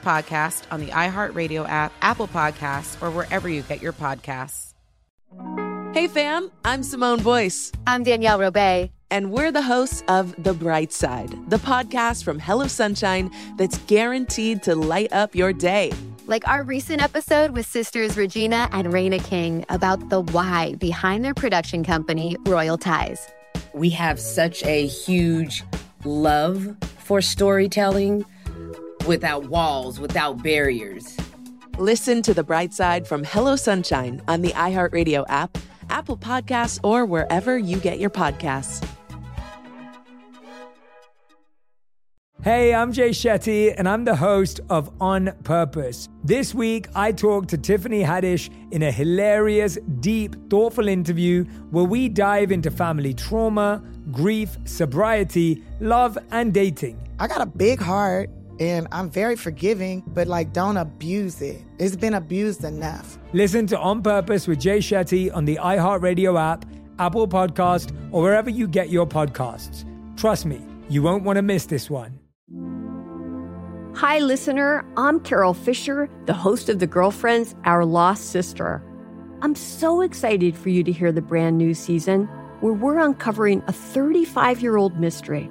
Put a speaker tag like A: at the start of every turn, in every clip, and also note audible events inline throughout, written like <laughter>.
A: podcast on the iHeartRadio app, Apple Podcasts, or wherever you get your podcasts.
B: Hey, fam, I'm Simone Boyce.
C: I'm Danielle Robay.
B: And we're the hosts of The Bright Side, the podcast from Hello Sunshine that's guaranteed to light up your day.
C: Like our recent episode with sisters Regina and Raina King about the why behind their production company, Royal Ties.
D: We have such a huge love for storytelling without walls, without barriers.
B: Listen to The Bright Side from Hello Sunshine on the iHeartRadio app, Apple Podcasts, or wherever you get your podcasts.
E: Hey, I'm Jay Shetty, and I'm the host of On Purpose. This week, I talked to Tiffany Haddish in a hilarious, deep, thoughtful interview where we dive into family trauma, grief, sobriety, love, and dating.
F: I got a big heart, and I'm very forgiving, but like, don't abuse it. It's been abused enough.
E: Listen to On Purpose with Jay Shetty on the iHeartRadio app, Apple Podcast, or wherever you get your podcasts. Trust me, you won't want to miss this one.
G: Hi, listener. I'm Carol Fisher, the host of The Girlfriends, Our Lost Sister. I'm so excited for you to hear the brand new season where we're uncovering a 35 year old mystery.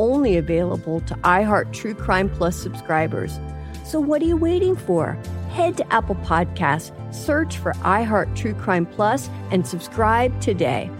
G: only available to iHeart True Crime Plus subscribers. So, what are you waiting for? Head to Apple Podcasts, search for iHeart True Crime Plus, and subscribe today.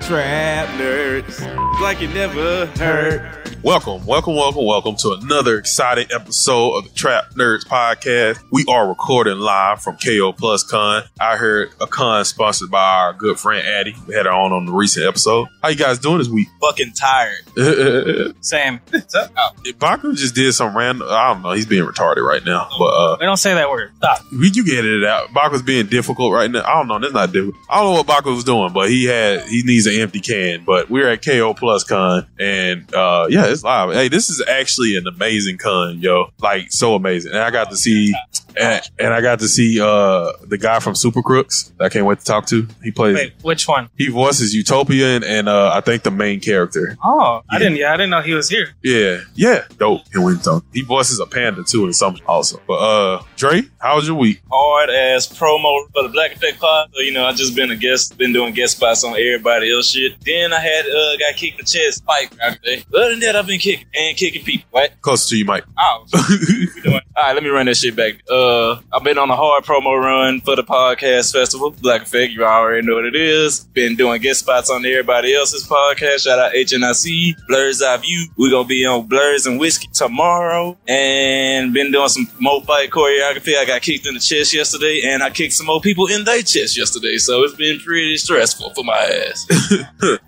H: Trap nerds, like it never hurt.
I: Welcome, welcome, welcome, welcome to another exciting episode of the Trap Nerds Podcast. We are recording live from KO Plus Con. I heard a con sponsored by our good friend Addie. We had her on on the recent episode. How you guys doing this week?
H: Fucking tired.
I: <laughs>
H: Same. Stop.
I: Baku just did some random. I don't know. He's being retarded right now, but uh,
H: We don't say that word. Stop.
I: we you get it out. Baku's being difficult right now. I don't know. That's not difficult. I don't know what Baku was doing, but he had he needs an empty can. But we're at KO Plus Con, and uh, yeah, it's live. Hey, this is actually an amazing con, yo. Like so amazing, and I got to see and, and I got to see uh the guy from Super Crooks. I can't wait to talk to. He plays.
J: Wait, which one?
I: He voices Utopian and uh, I think the main character.
J: Oh,
I: Yeah.
J: I didn't. Yeah, I didn't know he was here.
I: Yeah, yeah, dope. And we talk. He voices a panda too in some also. But uh, Dre, how was your week?
K: hard ass promo for the Black Effect Pod. So, you know, I just been a guest, been doing guest spots on everybody else shit. Then I had uh got kicked in the chest, fight out there. Other than that, I've been kicking and kicking people. What?
I: Closer to you, Mike.
K: Oh, we doing? All right, let me run that shit back. Uh, I've been on a hard promo run for the podcast festival, Black Effect. You already know what it is. Been doing guest spots on everybody else's podcast. Shout out HNIC, Blur's Eye View. We're gonna be on Blurs and Whiskey tomorrow, and been doing some more fight choreography. I got kicked in the chest yesterday, and I kicked some more people in their chest yesterday. So it's been pretty stressful for my ass.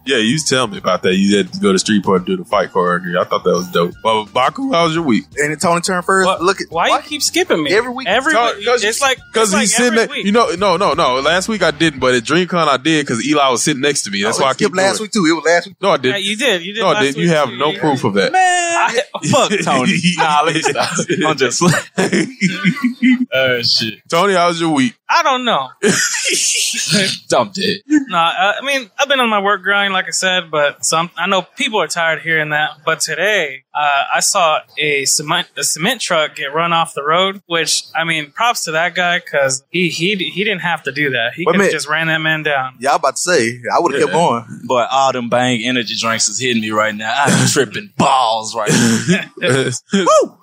I: yeah, you was telling me about that. You had to go to street park and do the fight choreography. I thought that was dope. But Baku, how was your week?
L: and it's Tony turn first.
J: What-
L: Look at
J: Why you keep skipping me
L: Every week-
J: Every
I: Sorry,
J: week.
I: 'cause-
J: It's like
I: Because
J: it's like
I: he's sitting
J: every
I: there.
J: week.
I: You know, no, no, no. Last week I didn't, but at DreamCon I did because Eli was sitting next to me. That's
L: oh,
I: why I
L: it skipped
I: keep
L: last
I: doing
L: week too. It was last week.
I: it. No, I
J: yeah,
I: did.
J: you did. You did.
I: no, I
J: last
I: did. You
J: week,
I: have
J: too.
I: no
J: Yeah.
I: proof of that. <laughs> <laughs>
J: <laughs>
K: Man, I, fuck Tony. Nah, let me stop. I'm just.
I: Uh,
K: Oh shit.
I: Tony, how's your week?
J: I
I: <laughs>
J: don't know.
K: Dumped it.
J: No, I, I mean I've been on my work grind, like I said, but some I know people are tired of hearing that. But today, uh, I saw a cement a cement truck get run off the road. Which I mean, props to that guy because he he he didn't have to do that. He
K: Wait a
J: could have
K: minute.
J: just ran that man down.
K: Yeah, I about to say, I would
J: would've kept going.
K: But all them bang energy drinks is hitting me right now. I'm tripping balls right now. <laughs>
I: Woo!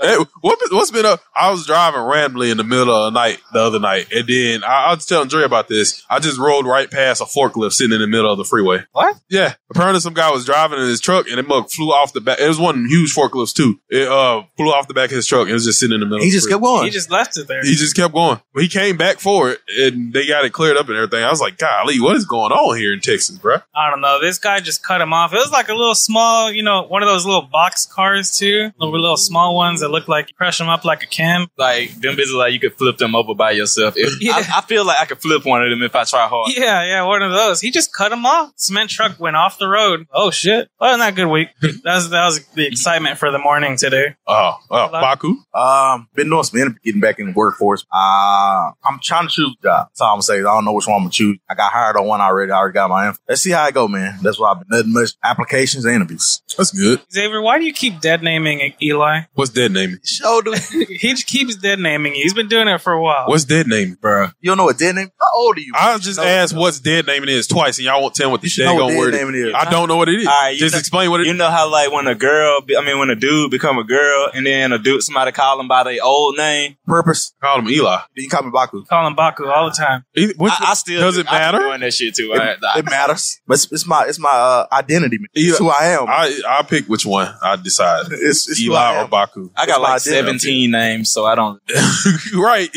I: Hey, what, what's been up? I was driving randomly in the middle of the night the other night, and then I, I was telling Dre about this. I just rolled right past a forklift sitting in the middle of the freeway.
J: What?
I: Yeah. Apparently, some guy was driving in his truck, and the mug flew off the back. It was one huge forklift too. It uh, flew off the back of his truck, and it was just sitting in the middle. of the freeway.
J: He just left it there.
I: He just kept going. He came back for it, and they got it cleared up and everything. I was like, "Golly, what is going on here in Texas, bro?"
J: I don't know. This guy just cut him off. It was like a little small, you know, one of those little box cars too, little, little small ones that look like you crush them up like a can.
K: Like them bitches, like you could flip them over by yourself. If, I, I feel like I could flip one of them if I try hard.
J: Yeah, yeah, one of those. He just cut him off. Cement truck went off the road. Oh shit! Wasn't that a
L: <laughs>
J: good week? that was that was the excitement for the morning today.
I: Oh, oh,
J: Baku?
L: Um, been doing some interview, getting back in the workforce. Uh, I'm trying to choose a job. That's all I'm saying. I don't know which one I'm gonna choose. I got hired on one already. I already got my info. Let's see how it go, man. That's why I've been nothing much applications and interviews.
I: That's good.
J: Xavier, why do you keep dead naming Eli?
I: What's dead naming? <laughs>
J: Show <laughs> he just keeps dead naming you. He's been doing it for a while.
I: What's dead naming, bro?
L: You don't know what dead name? How old are you?
I: I just asked what's dead naming is twice, and y'all won't tell what the
K: know what
I: daggone
K: dead
I: word
K: naming is.
I: I don't know what it is.
K: All right, you
I: just
K: know-
I: explain what it is.
K: You know how like when a girl, be- I mean when a dude become a girl, and then a dude somebody call them by their old name.
L: Purpose.
I: Call him Eli.
L: You call me Baku.
J: Call him Baku all the time.
K: I, I still
L: does it
K: I still
L: matter?
K: Doing that shit too. I-
L: It,
K: I-
L: it matters. But It's, it's my it's my uh, identity. Man. It's who I am.
I: I I pick which one. I decide.
L: It's- it's who I
I: Eli
L: am.
I: or Baku.
K: I got like seventeen names, so I don't.
I: right. <laughs>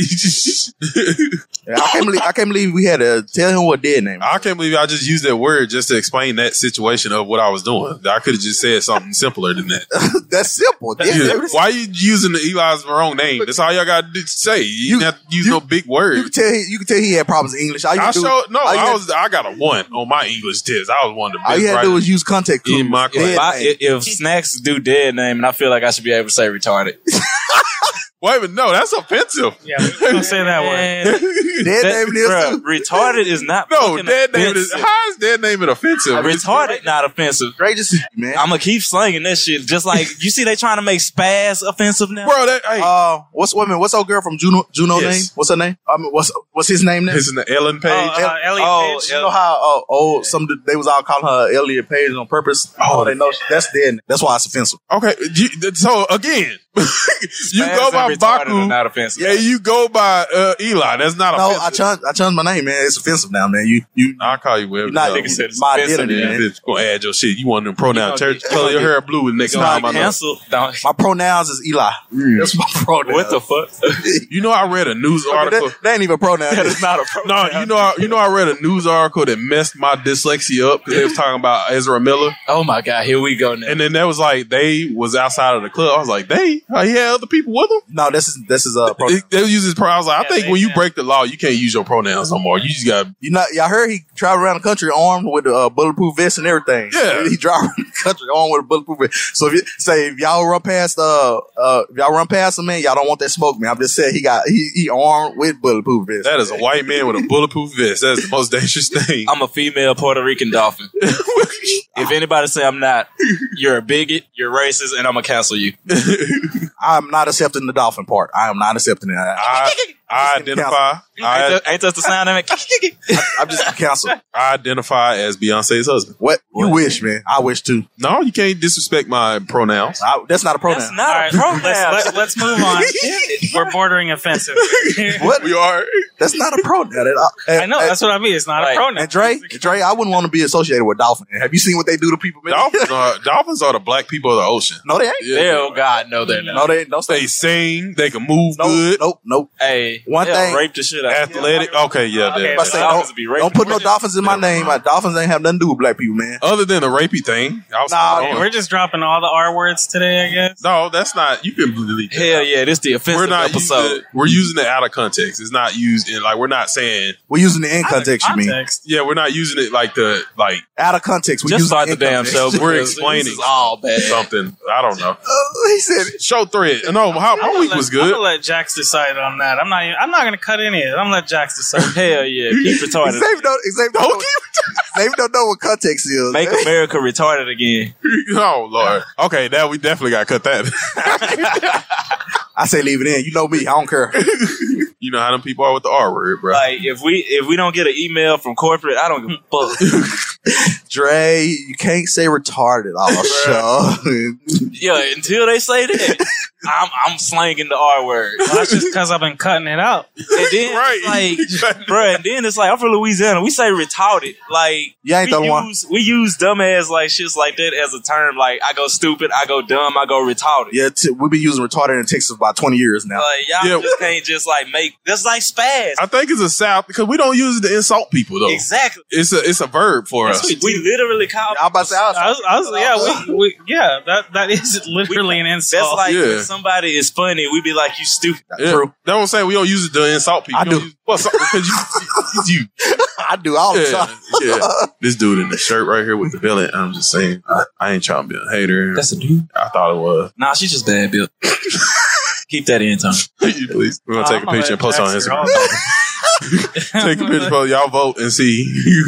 L: Yeah, I can't believe I can't believe we had to tell him what dead name.
I: I can't believe I just used that word just to explain that situation of what I was doing. I could have just said something simpler
L: <laughs>
I: than that.
L: <laughs> That's simple. Dead
I: Yeah.
L: name.
I: Why you using the Eli's wrong name? That's all y'all got to say. You, didn't have to use no big word.
L: You can tell he, you can tell he had problems in English. All you
I: I
L: do-
I: showed no.
L: all you
I: I
L: had-
I: was. I got a one on my English test. I was one of the best.
L: All you had to do
I: writers.
L: was use contact clues.
I: In my
K: If, I,
I: class.
K: if, if snacks do dead name, and I feel like I should be able to say retarded.
I: Wait, but no, that's offensive.
J: Yeah, don't say
I: <laughs>
J: that word.
L: Dead
K: name is retarded is not
I: no dead name is
K: offensive.
I: how is dead naming offensive?
K: Retarded, not offensive.
L: Great to see you, man.
K: I'm gonna keep slinging that shit. Just like you see, they trying to make spaz offensive now,
I: bro. That hey,
L: Uh, what's woman? What's old girl from Juno? Juno
K: Yes.
L: name? What's her name? I mean, what's what's his name? Now?
I: His name Ellen Page.
L: Oh,
I: Oh, uh, Elliot Page.
L: you know how oh, oh some dude- they was all calling her Elliot Page on purpose. Oh, they know she- that's dead. That's why it's offensive.
I: Okay, you- so again, you
L: Spaz
I: go
L: and
I: by
L: retarded
I: Baku.
L: are not
K: offensive.
I: Yeah, you go by uh, Eli. That's not
L: no,
I: offensive.
L: I changed I changed my name, man. It's offensive now, man. You you.
I: I call you whatever.
L: not-
I: the hell.
L: Nigga said it's my offensive, identity, man.
I: Bitch, Gonna add your shit. You want them pronoun
L: You gonna
I: church?
L: get-
I: Color your hair blue and next
L: You gonna
I: time I
L: get
I: know. <laughs>
L: canceled. My pronouns is Eli. That's my pronoun.
I: What the
K: fuck?
I: Mm. <laughs> you know, I read a
L: I
I: news
L: mean, that-
I: article.
L: that, ain't even a pronoun.
K: That is
L: <laughs>
K: not a
I: No, you know, I, you know, I read a news article that messed my dyslexia up because they was talking about Ezra Miller.
K: Oh my god, here we go now.
I: And then that was like they was outside of the club. I was like, they, oh, he had other people with him.
L: No, this is this is a.
I: They, they use his pronouns. I was like, I think when you break the law, you can't use your pronouns no more. You just got
L: You know, y'all heard he traveled around the country armed with a uh, bulletproof vest and everything.
I: Yeah.
L: he traveled around the country armed with a bulletproof vest. So if you say if y'all run past uh uh if y'all run past him, man, y'all don't want that smoke, man. I'm just saying he got he, he armed with bulletproof vest.
I: that is a white man with a bulletproof
L: <laughs>
I: vest. That's the most dangerous thing.
K: I'm a female Puerto
I: <laughs>
K: Rican dolphin. if anybody say I'm not, you're a bigot, you're racist, and I'm gonna cancel you.
L: I'm not accepting the dolphin part. I am not accepting that. <laughs>
I: I, I identify. I,
K: ain't, that, ain't that the sound
L: <laughs>
K: of it?
L: I'm
J: <laughs>
L: just canceled.
I: I identify as Beyonce's husband.
L: What you wish, man? I wish too.
I: No, you can't disrespect my pronouns.
L: that's not a pronoun.
K: That's not a pronoun.
J: Let's, let, let's move on. We're bordering offensive.
L: What
I: we are?
L: That's not a pronoun
J: <laughs>
L: at all.
J: I know, that's what I mean. It's not a pronoun.
L: Uh, And
J: <laughs>
L: Dre, Dre, I wouldn't want to be associated with dolphin. Have you seen what they do to people? man?
I: Dolphins
L: <laughs>
I: are dolphins are the black people of the ocean.
L: No, they ain't.
K: Hell, God, no, they're not.
L: No, they don't.
I: They sing. They can move good.
L: Nope, nope.
K: Hey,
L: One
K: they'll
L: thing-
K: rape the shit out. of you.
I: Athletic. Okay, yeah.
K: Okay,
I: yeah.
L: I say, don't, don't put no dolphins in my name. My dolphins ain't have nothing to do with black people, man.
J: Oh.
I: Other than the rapey thing, I was
J: Okay, we're just dropping all the R words today, I guess.
I: No, that's not. You can delete.
K: Hell yeah, this the offensive
I: We're not
K: episode.
I: Using it, we're using it out of context. It's not used conversation. Like we're not saying
L: We're using the in context, you mean?
I: Yeah, we're not using it like the like
L: Out of context. We
I: just
L: use
I: like the
L: in
I: damn
L: context. <laughs>
I: show. <laughs> We're explaining something. I don't know.
L: he said
I: show thread. No, how, my week
J: let-
I: was
J: I'm
I: good.
J: gonna let Jax decide on that. I'm not. even- I'm not gonna cut any of it. I'm gonna let Jax decide.
K: Hell yeah, keep retarded.
L: Xavier don't, Xavier don't, know, Xavier don't know what context is.
K: Make
L: <laughs>
K: America retarded again.
I: <laughs> oh lord. Okay, now we definitely got to cut that.
L: <laughs> I say leave it in. You know me. I don't care.
I: <laughs> you know how them people are with the R word, bro.
K: Like if we if we don't get an email from corporate, I don't give a
I: <laughs>
K: fuck.
L: Dre, you can't say retarded
K: <laughs>
L: all show. <laughs>
K: yeah, until they say that, I'm I'm slanging the R word.
J: Well, that's just because I've been cutting it out.
K: And then it's like, bro, and then it's like I'm from Louisiana. We say retarded. Like
L: You ain't
K: we
L: the one.
K: use, We use dumbass like shits like that as a term. Like I go stupid, I go dumb, I go retarded.
L: yeah, t- we've been using retarded in Texas for about 20 years now.
K: Like y'all just can't just like make that's <laughs> like spaz.
I: I think it's a South because we don't use it to insult people though.
K: Exactly.
I: It's a it's a verb for
K: That's
I: us.
K: what We literally call.
L: I'm about to say,
J: I was, I was, yeah, we, we, yeah, that that is literally an insult.
K: That's like
I: Yeah.
K: when somebody is funny, we be like, "You stupid."
I: Yeah. That's what I'm saying. We don't use it to insult people. I do. Well, because you, you,
L: <laughs> I do all the time. <laughs>
I: yeah. This dude in the shirt right here with the villain. I'm just saying, I, I ain't trying to be a hater. That's
K: a dude.
I: I thought it was.
K: Nah, she's just
I: <laughs>
K: bad built. Keep that in, Tom.
I: you <laughs> please. We're gonna take a
K: I'm
I: picture and post it on
K: Jackson.
I: Instagram. take a picture, post. Y'all vote and see.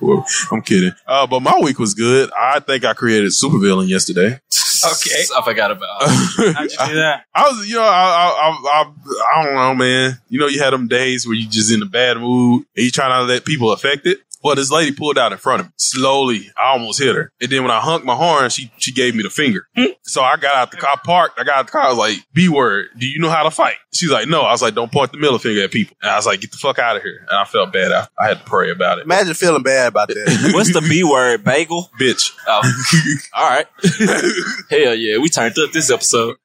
I: <laughs> I'm kidding. Uh, but my week was good. I think I created supervillain yesterday.
K: Okay, I
I: <laughs>
K: forgot about. How'd
J: you do that?
I: I was, you know, I, I, I, I, I don't know, man. You know, you had them days where you just in a bad mood and you trying not to let people affect it. Well, this lady pulled out in front of me. Slowly, I almost hit her. And then when I honked my horn, she she gave me the
J: <laughs>
I: finger. so I got out the car, parked. I got out the car. I was like, B word, do you know how to fight? She's like, no. I was like, don't point the middle finger at people. And I was like, get the fuck out of here. And I felt bad. I, I had to pray about it.
L: Imagine feeling bad about that.
K: What's the B word? Bagel?
I: Bitch.
K: Oh. All
I: <laughs>
K: right. Hell yeah, we turned up this episode.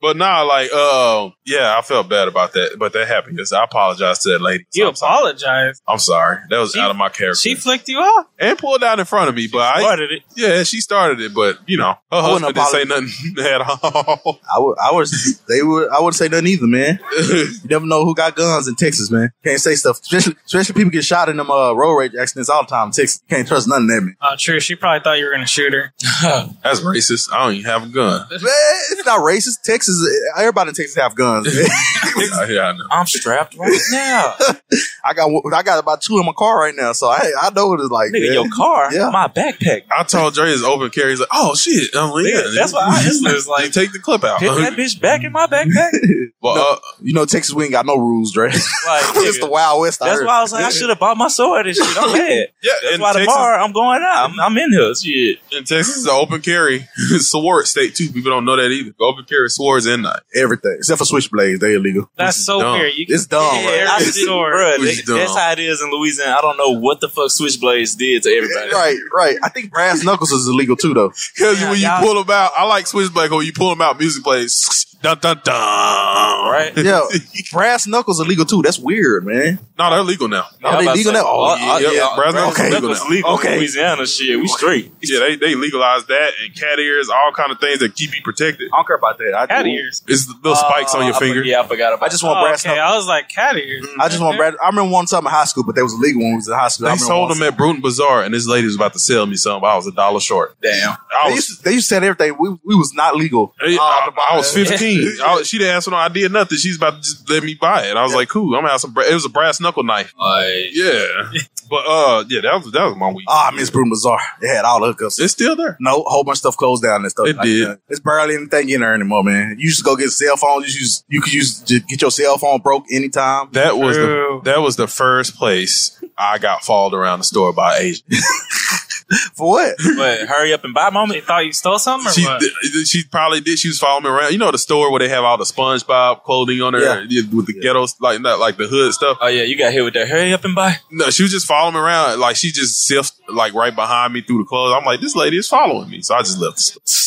I: But nah, like, uh, yeah, I felt bad about that. But that happened. Yes, I apologize to that lady.
J: You apologize.
I: I'm sorry. That was
J: She-
I: out of my character.
J: She flicked you off.
I: and pulled out in front of me. But I
K: started it.
I: Yeah, she started it, but you know, her
L: I wouldn't
I: husband didn't say nothing <laughs> at all.
L: I would, I was, they would, I wouldn't say nothing either, man. you never know who got guns in Texas, man. Can't say stuff, especially, especially people get shot in them uh, road rage accidents all the time. in Texas can't trust nothing that man.
J: Oh, true. She probably thought you were gonna shoot her.
I: <laughs> That's racist. I don't even have a gun.
L: man. It's not racist. Texas, everybody in Texas have guns. man.
I: yeah, I know.
K: I'm strapped right now.
L: <laughs> I got, one- I got about two in my car right now, so I, I know what it's like.
K: Nigga,
L: man.
K: your car,
L: Yeah.
K: my backpack.
I: I told Dre his open carry. He's like, "Oh shit!" I'm like,
K: Nigga,
I: yeah,
K: that's why I just
I: <laughs>
K: was like,
I: Just take the clip out.
K: Put that bitch back in
L: <laughs>
K: my backpack.
I: well,
L: No,
I: uh,
L: you know, Texas, we ain't got no rules, Dre. <laughs>
K: Like,
L: it's the
K: nigga,
L: Wild West. out
K: that's
L: here.
K: why I was like, I should have bought my sword
L: <laughs>
K: and shit. I'm mad.
I: yeah.
K: That's
I: in
K: why
I: Texas,
K: tomorrow I'm going out. I'm, I'm in here. Shit.
I: in Texas, is an open carry. <laughs> it's sword state too. People don't know that either. Open carry swords and knife.
L: everything except for switchblades. They illegal.
J: That's so
I: dumb.
J: weird. You
L: It's dumb,
J: Yeah,
L: right?
K: I
J: every
K: didn't-
J: sword.
K: bruh,
I: Which
K: nigga,
I: dumb.
K: that's how it is in Louisiana. I don't know what the fuck switchblades did to everybody.
L: Right, right. I think brass knuckles is illegal too, though.
I: Because
K: Yeah,
I: when you
K: y'all-
I: pull them out, I like switchback. When you pull them out, music plays. Dun dun dun.
K: Right?
L: Yeah,
K: <laughs>
L: brass knuckles illegal too. That's weird, man.
I: No, they're legal now.
L: Are they
K: I'm about to
L: legal
K: say,
L: now?
K: all-
L: Oh,
K: all-
I: yeah,
K: yeah,
I: brass knuckles
L: okay.
I: legal
K: Knuckles
I: now.
K: legal
L: Okay.
K: in Louisiana. Shit, we straight.
I: Yeah, they, they legalized that and cat ears, all kind of things that keep you protected.
L: I don't care about that. I,
J: cat ears.
I: It's the little spikes on your
K: Uh, I for-
I: finger.
K: Yeah, I forgot about.
L: I just want
J: Oh,
L: brass
J: okay,
L: knuckles.
J: I was like cat ears.
L: I just want brass. I remember one time in high school, but they was illegal when we was in high school. I
I: They
L: remember
I: sold
L: one
I: them at Bruton Bazaar, and this lady was about to sell me some. I was a dollar short.
K: Damn.
I: I
L: They
I: was,
L: used, to, they used to sell everything. We, we was not legal.
I: I, I- I was fifteen.
L: <laughs>
I: I was- she didn't ask for no idea, nothing. She's about to just let me buy it. I was like, cool. I'm gonna have some. Bra-. It was a brass knuckle knife.
K: Like,
L: <laughs>
I: Yeah, but uh, yeah, that was that was my week.
L: Ah, I miss Bruton Bazaar. They had all the hookups.
I: It's still there.
L: No, whole bunch of stuff closed down and stuff.
I: It did.
L: that. It's barely anything in there anymore, man. You just go get cell phones. You just you could use just get your cell phone broke anytime.
I: That was the
J: True.
I: that was the first place I got followed around the store by Asian.
L: <laughs> For what?
K: but hurry up and buy
J: They
K: moment.
J: thought you stole something or
I: She
J: what?
I: th- she probably did. She was following me around. You know the store where they have all the SpongeBob clothing on her yeah, with the ghetto like not like the hood stuff.
K: Oh yeah, you got hit with that. Hurry up and buy.
I: No, she was just following me around. Like she just sifted like right behind me through the clothes. I'm like, this lady is following me. So I just left. the store.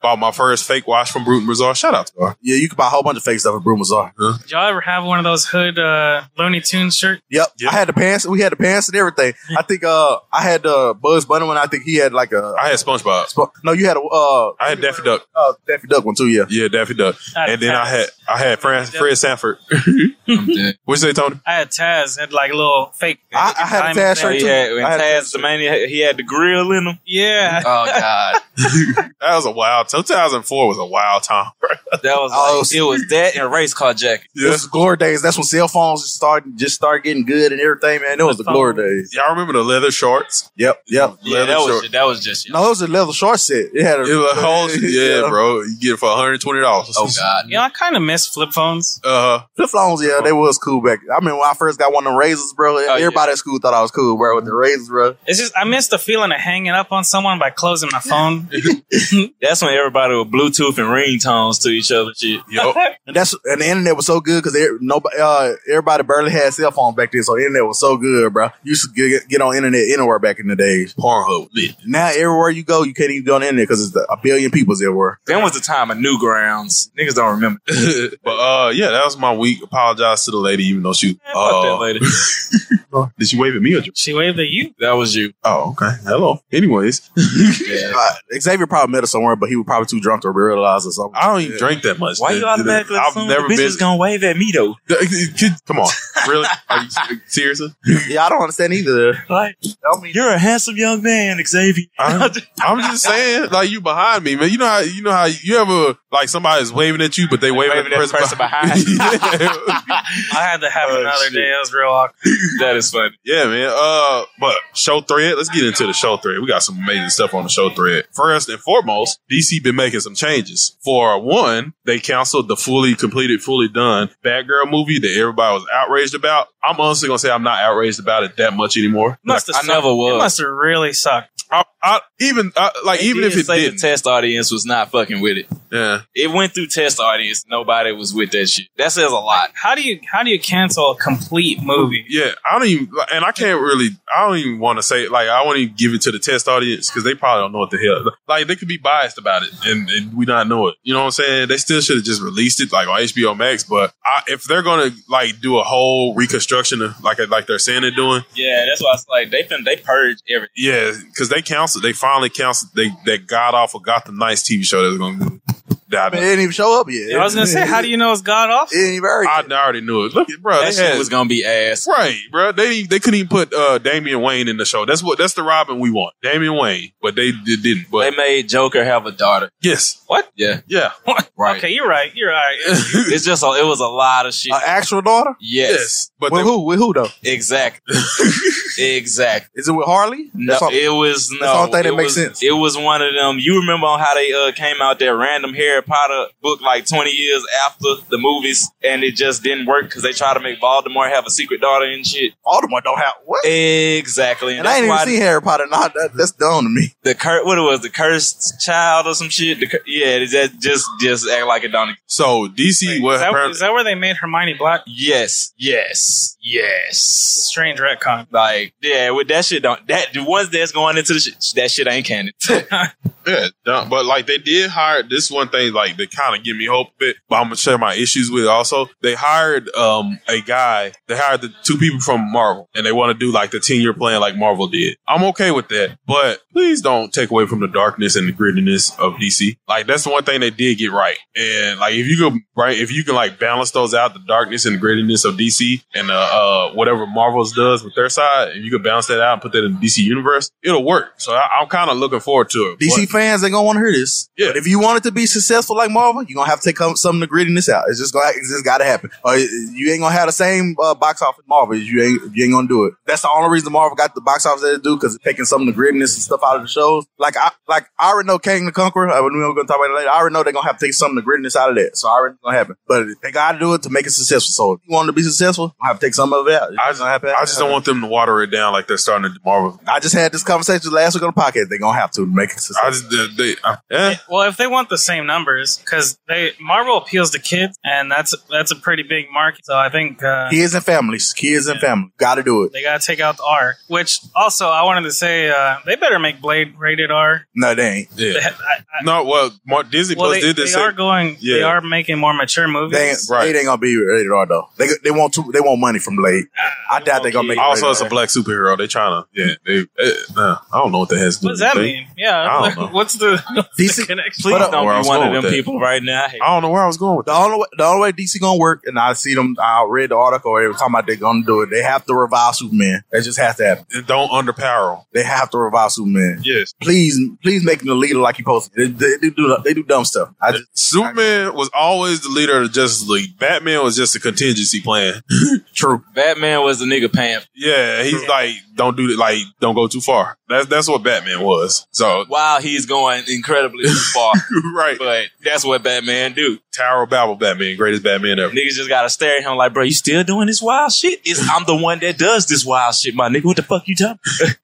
I: Bought my first fake watch from Bruton Bazaar. Shout out to her.
L: Yeah, you could buy a whole bunch of fake stuff at Bruton Bazaar.
J: Did y'all ever have one of those hood uh, Looney Tunes shirts?
L: Yep.
I: Yeah.
L: I had the pants. We had the pants and everything. I think uh I had uh Buzz Bunny one. I think he had like a
I: I had SpongeBob.
L: sp- no. You had a uh,
I: I had Daffy Duck.
L: uh Daffy Duck one too. Yeah.
I: Yeah, Daffy Duck.
J: I had
I: And then I had
J: Cats.
K: <laughs>
I: I had Fran, Fred Sanford. What'd you say, Tony?
J: I had Taz had like a little fake. I,
I: had a Taz shirt,
K: He
I: too.
K: had, when
I: I had a
K: Taz the man, he had the grill in him.
J: Yeah.
K: Oh God,
I: <laughs> that was a wild. 2004 was a wild time.
K: that was
L: Oh,
K: like, it was that and race car jacket.
L: It was the glory days. That's when cell phones started just started getting good and everything, man. It was the glory days.
I: Y'all remember the leather shorts?
L: Yep, yep.
K: Yeah, that was that was just
L: No, it was a leather short set. It had a,
I: It was
L: <laughs>
I: a whole yeah, bro. You get it for one hundred twenty dollars. Oh
K: God!
J: You know, I kind of miss flip phones.
I: Uh,
L: Flip phones, yeah, they was cool back. I mean, when I first got one of them razors,
I: Oh,
L: bro, everybody at school thought I was cool, bro,
I: Mm-hmm.
L: with the razors, bro.
J: It's just I miss the feeling of hanging up on someone by closing my
K: <laughs>
J: phone.
K: That's when everybody would Bluetooth and ringtones to each other. Shit. <laughs>
L: And that's and the internet was so good because nobody, uh, everybody barely had cell phones back then, so the internet was so good, bro. You used to get, get on internet anywhere back in the days.
I: Pornhub. lit.
L: Now everywhere you go, you can't even go on the internet because it's the- a billion people's everywhere.
K: Then was the time of Newgrounds. Niggas don't <laughs> remember.
I: but uh, yeah, that was my week. Apologize to the lady, even though she.
K: fuck
I: uh,
K: that lady.
I: <laughs> did she wave at me? Or
J: she waved at you.
K: That was you.
I: Oh, okay. Hello. Anyways,
L: <laughs> Uh, Xavier probably met us somewhere, but he was probably too drunk to realize or something.
I: I don't even drink that much.
K: Why you automatically assume the bitch is gonna wave at me
I: <laughs>
K: though?
I: Come on, <laughs> really? Are you seriously?
L: Yeah, I don't understand either.
K: Like, you're a handsome young man, Xavier.
J: <laughs>
I: I'm, I'm just saying, like you behind me, man. You know how you know how you ever like somebody's waving at you, but they waving at the person, behind. <laughs>
J: <laughs>
I: Oh,
J: I had to have another day. It was real awkward.
K: that is funny.
I: Yeah, man. Uh, but show thread. Let's get into the show thread. We got some amazing stuff on the show thread. First and foremost, DC been making some changes. For one, they canceled the fully completed, fully done Batgirl movie that everybody was outraged about. I'm honestly gonna say I'm not outraged about it that much anymore.
J: Must have
I: Like,
J: sucked. It must have really sucked.
I: I, I, even I, like even if it
K: say
I: didn't.
K: the test audience was not fucking with it.
I: Yeah,
K: it went through test audience. Nobody was with that shit. That says a lot.
J: How do you how do you cancel a complete movie?
I: Yeah, I don't even, and I can't really, I don't even want to say, like, I won't even give it to the test audience because they probably don't know what the hell. Like, they could be biased about it, and, and we not know it. You know what I'm saying? They still should have just released it, like, on HBO Max. But I, if they're gonna like do a whole reconstruction, of, like, like they're saying they're doing,
K: Yeah, that's why I was like, they fin- they <laughs> purge everything.
I: yeah, because they canceled, they finally canceled they that god awful Gotham Knights TV show that's gonna. That
L: It didn't even show up yet.
J: I was gonna say, how do you know it's god awful?
I: I already knew it. Look, bro,
K: That shit was gonna be ass.
I: Right, bro. They they couldn't even put uh, Damian Wayne in the show. That's what that's the Robin we want, Damian Wayne. But they did, didn't. But
K: they made Joker have a daughter.
I: Yes.
J: What?
K: Yeah.
I: Yeah.
K: <laughs> Right.
J: Okay, you're right. You're right.
K: <laughs> it's just a, it was a lot of shit.
L: An actual daughter?
K: Uh, Yes.
I: But
L: with who? With who though? <laughs>
K: Exactly. exactly.
L: Is it with Harley?
K: No,
L: all-
K: it was no.
L: that's the only thing that
K: it
L: makes
K: was-
L: sense.
K: It was one of them. You remember on how they uh, came out that random Harry Potter book like twenty years after the movies, and it just didn't work because they tried to make Voldemort have a secret daughter and shit.
L: Voldemort don't have what?
K: Exactly,
L: And I ain't even seen Harry Potter. Nah, that, that's dumb to me.
K: the cur- what it was the cursed child or some shit. The cur- yeah, that just just act like it don't.
I: So DC
J: Is that, is that where they made Hermione Black?
K: Yes, yes, yes. Strange
J: retcon.
K: Like, yeah, with that shit don't that the ones that's going into the shit that shit ain't canon.
I: Yeah, dumb. but like they did hire this one thing like that kind of give me hope. But I'm gonna share my issues with it also. They hired um a guy. They hired the two people from Marvel, and they want to do like the ten year plan like Marvel did. I'm okay with that, but please don't take away from the darkness and the grittiness of DC. Like that's the one thing they did get right. And like if you can right if you can like balance those out, the darkness and the grittiness of DC and uh, uh whatever Marvel's does with their side, if you can balance that out and put that in the DC universe, it'll work. So I, I'm kind of looking forward to it.
L: DC
I: But-
L: fans ain't gonna want to hear this.
I: Yeah.
L: But if you want it to be successful like Marvel, you're gonna have to take come- some of the grittiness out. It's just gonna it's just gotta happen. Or you ain't gonna have the same uh, box office Marvel. You ain't you ain't gonna do it. That's the only reason Marvel got the box office that it do because it's taking some of the grittiness and stuff out of the shows. Like I like I already know King the Conqueror. Uh, we're gonna talk about it later. I already know they're gonna have to take some of the grittiness out of that. So I already know it's gonna happen. But they gotta do it to make it successful. So if you want it to be successful, I have to take some of it out.
I: I just, I just don't want them to water it down like they're starting to Marvel.
L: I just had this conversation last week on the podcast. They're gonna have to make it successful.
I: I just, they, they, uh, yeah.
J: Well, if they want the same numbers, because they Marvel appeals to kids, and that's that's a pretty big market. So I think uh,
L: Kids and families. Kids and family. Gotta do it.
J: they gotta take out the R. Which also, I wanted to say uh, they better make Blade rated R.
L: No, they ain't.
I: Yeah.
J: I-
I: no, well, Mar- Disney
J: Well,
I: Plus
J: they,
I: did
J: they
I: this.
J: are going. They are making more mature movies.
L: They ain't, it ain't gonna be rated R though. They they want to, they want money from Blade.
J: Ah,
L: I doubt they're gonna make. it
I: also,
L: rated
I: it's a
L: R.
I: black superhero. They trying to, yeah. They, eh, nah, I don't know what that has to do.
J: What does that
I: with
J: mean?
I: anything.
J: Yeah,
I: I don't know.
J: <laughs> what's
L: <laughs>
J: the, what's the connection?
L: uh,
K: Please don't be one of them people right now. I
I: don't know where I was going with
L: that. The only way, the only way DC gonna work, and I see them. I read the article. They were talking about they're gonna do it. They have to revive Superman. That just has to happen.
I: And don't underpower him.
L: They have to revive Superman.
I: Yes.
L: Please, please make him the leader like he posted. They, they, they do. They do dumb stuff. I just
I: Superman was always the leader of the Justice League. Batman was just a contingency plan. <laughs>
L: True.
K: Batman was the nigga pimp.
I: Yeah, he's like, don't do it. Like, don't go too far. That's that's what Batman was. So
K: Wow, he's going incredibly far.
I: <laughs> right.
K: But that's what Batman do.
I: Tower of Babel, Batman, greatest Batman ever.
K: Niggas just gotta stare at him like, bro, you still doing this wild shit? It's, I'm the one that does this wild shit, my nigga. What the fuck you talking?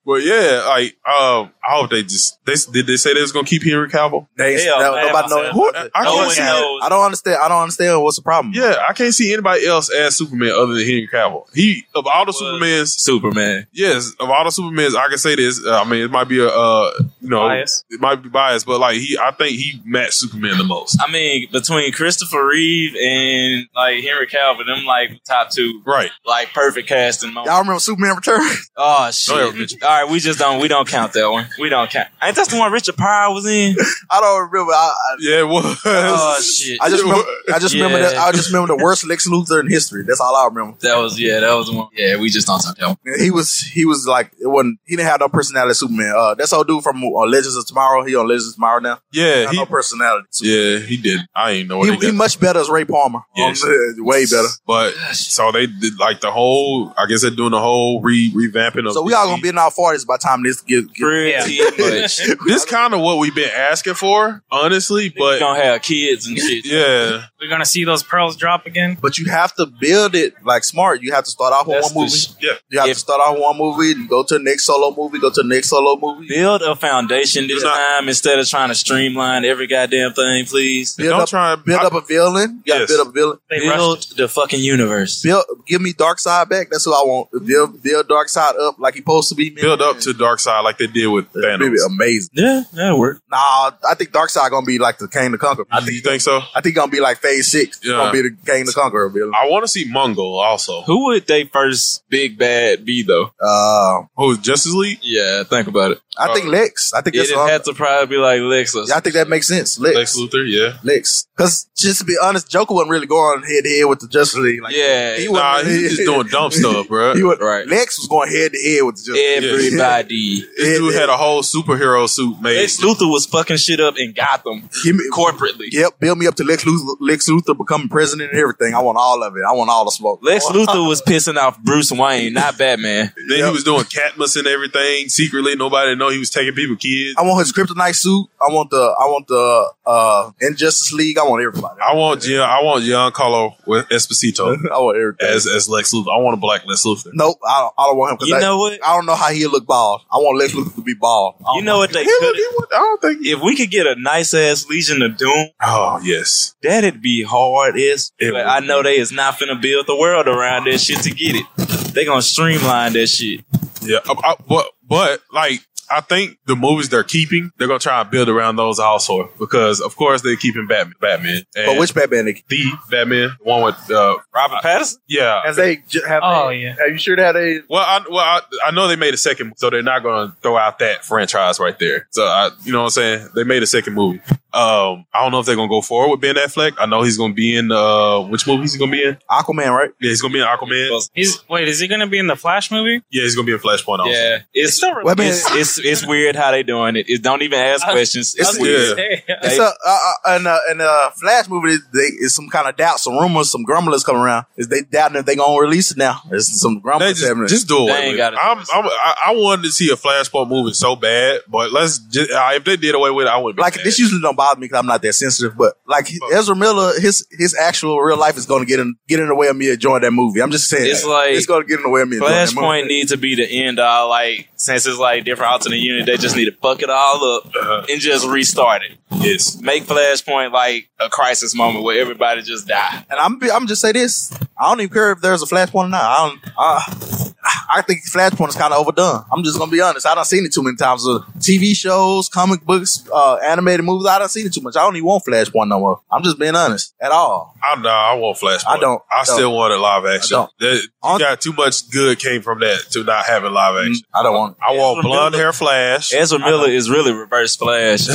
I: Well, yeah, like, um, I hope they just they did they say they was gonna keep Henry Cavill.
L: They
I: Hell,
L: no-
I: man,
L: nobody knows.
I: myself.
L: Who-
I: No
L: I
I: one
L: don't see it.
I: knows.
L: I don't understand. I don't understand what's the problem.
I: Yeah, I can't see anybody else as Superman other than Henry Cavill. He of all the Supermans,
K: Superman.
I: Yes, of all the Supermans, I can say this. Uh, I mean, it might be a uh, you know,
K: Bias.
I: it might be biased, but like he, I think he matched Superman the most.
K: I mean, between Christopher Reeve and like Henry Calvin, them like top two,
I: right?
K: Like perfect casting. Moment.
L: Y'all remember Superman Returns?
K: Oh shit! All right, we just don't we don't count that one. We don't count. <laughs> Ain't that the one Richard Pryor was in?
L: I don't remember. I, I,
I: yeah, it was.
K: Oh shit!
L: I just remember, I just remember that
K: Yeah.
L: I just remember the worst Lex Luthor in history. That's all I remember.
K: That was yeah. That was the one. Yeah, we just don't count that one.
L: He was he was like it wasn't he didn't have no personality as Superman. Uh, that's old dude from uh, Legends of Tomorrow. He on Legends of Tomorrow now.
I: Yeah,
L: Got no personality.
I: Yeah, he did. I ain't know what
L: He,
I: he,
L: he
I: did.
L: much better as Ray Palmer.
I: Yes.
L: Um, <laughs> way better. Ah,
I: But so they did like the whole. I guess they're doing the whole re revamping of.
L: So we all gonna be in our forties by the time this get. get <laughs>
K: Pretty much.
I: this kind of <laughs> what we've been asking for, honestly. But
K: gonna have kids and shit.
I: Yeah,
J: We're gonna see those pearls drop again.
L: But you have to build it like smart. You have to start off with
K: That's
L: one
K: the
L: movie.
K: sh-
I: yeah.
L: You have to start off with one movie, and go to the next solo movie, go to the next solo movie.
K: Build a foundation this time instead of trying to streamline every goddamn thing, please.
L: Build up, build up a villain. You gotta build up a villain.
K: Build the fucking universe.
L: Build, give me Dark Side back. That's who I want. Build, build Dark Side up like he supposed to be. Man.
I: build up to Dark Side like they did with Thanos.
L: Maybe amazing.
K: Yeah, that worked.
L: Nah, I think Dark Side gonna be like the King to Conquer. I
I: think you think so.
L: I think gonna be like Phase Six. It's
I: Yeah.
L: Gonna be the King to Conquer villain.
I: I want to see Mongol also.
K: Who would they first big bad be though?
L: Uh,
I: Who Justice League?
K: Yeah, think about it. Uh,
L: I think Lex. I think
K: it
L: that's
K: would
L: all-
K: have to probably be like Lex. Or
L: Yeah, I think that makes sense. Lex.
I: Lex Luthor, yeah.
L: Lex. Because just to be honest, Joker wasn't really going head to head with the Justice League. Like,
K: yeah,
L: he
I: nah,
L: wasn't really-
I: he just doing dumb
L: <laughs>
I: stuff, bro.
L: He was-
K: right.
L: Lex was going head to head with the Justice League.
K: Everybody.
I: This dude had a whole superhero suit made.
K: Lex Luthor was fucking shit up in Gotham corporately.
L: Yep, build me up to Lex Luthor, Lex Luthor becoming president and everything. I want all of it. I want all the smoke.
K: Lex Luthor was pissing off Bruce Wayne, not Batman.
I: <laughs> Then he was doing Catmus and everything secretly. Nobody know he was taking people kids.
L: I want his kryptonite suit. I want the I want the uh Injustice League. I want everybody.
I: I want Gian, I want Giancarlo with Esposito.
L: <laughs> I want everything
I: as as Lex Luthor. I want a black Lex Luthor.
L: Nope, I don't, I don't want him. 'cause
I: You
L: I,
I: know
K: what?
L: I don't know how he look bald. I want Lex Luthor to be bald. Oh I don't
K: You know what they could? I
I: don't think
K: if we could get a nice ass Legion of Doom.
I: Oh yes,
K: that'd be hard as. But I know they is not finna build the world around that shit to get it. They gonna streamline that shit.
I: Yeah, I, I- but but like I think the movies they're keeping, they're gonna try and build around those also because of course they're keeping Batman. Batman,
L: But which Batman? They
I: The Batman, the one with uh,
K: Robert Pattinson.
I: Yeah,
L: As they j- have.
I: Oh,
L: yeah. Are you sure that they?
I: Uh, Well, I, well, I, I know they made a second, so they're not going to throw out that franchise right there. So, I, you know what I'm saying? They made a second movie. Um, I don't know if they're going to go forward with Ben Affleck. I know he's going to be in uh, which movie he's going to be in?
L: Aquaman, right?
I: Yeah, he's going to be in Aquaman.
J: He's wait, is he gonna be in the Flash movie?
I: Yeah, he's going to be in Flashpoint. Also.
K: Yeah, it's
J: still
K: it's, it's, it's weird how they doing it. It don't even ask
L: I-
K: questions.
L: I was
K: It's
L: gonna
K: weird.
L: say,
K: They-
L: It's a, uh, uh, in a in a Flash movie. They is some kind of doubt, some rumors, some grumblers coming around. Is they doubting if they gonna release it now? There's some grumblers
I: just,
L: happening.
I: just do it. I'm, I'm, I, I wanted to see a Flashpoint movie so bad, but let's just, uh, if they did away with it, I wouldn't be
L: like
I: mad.
L: this usually don't bother me because I'm not that sensitive, but like Ezra Miller, his his actual real life is going to get in get in the way of me enjoying that movie. I'm just saying,
K: It's like-
L: it's going to get in the way of me enjoying that movie.
K: Flashpoint needs to be the end all. Like since it's like different alternate unit, they just need to fuck it all up and just restart it.
I: Uh-huh. Yes,
K: make Flashpoint like a crisis moment where everybody
I: <laughs>
K: just die.
L: And I'm I'm just say this. I don't even care if there's a Flashpoint or not. I don't. I, I think Flashpoint is kind of overdone. I'm just gonna be honest. I don't seen it too many times. Uh, TV shows, comic books, uh, animated movies. I don't seen it too much. I don't even want Flashpoint no more. I'm just being honest at all.
I: I no, I want flashpoint. I
L: don't-
I: I
L: I don't.
I: still want it live action.
L: don't.
I: That, you got too much good came from that to not having live action.
L: Mm, I don't want.
I: I want
K: Ezra
I: blonde
K: Miller-
I: hair flash.
K: Ezra
I: I
K: Miller
I: don't-
K: is really reverse
I: <laughs>
K: Flash.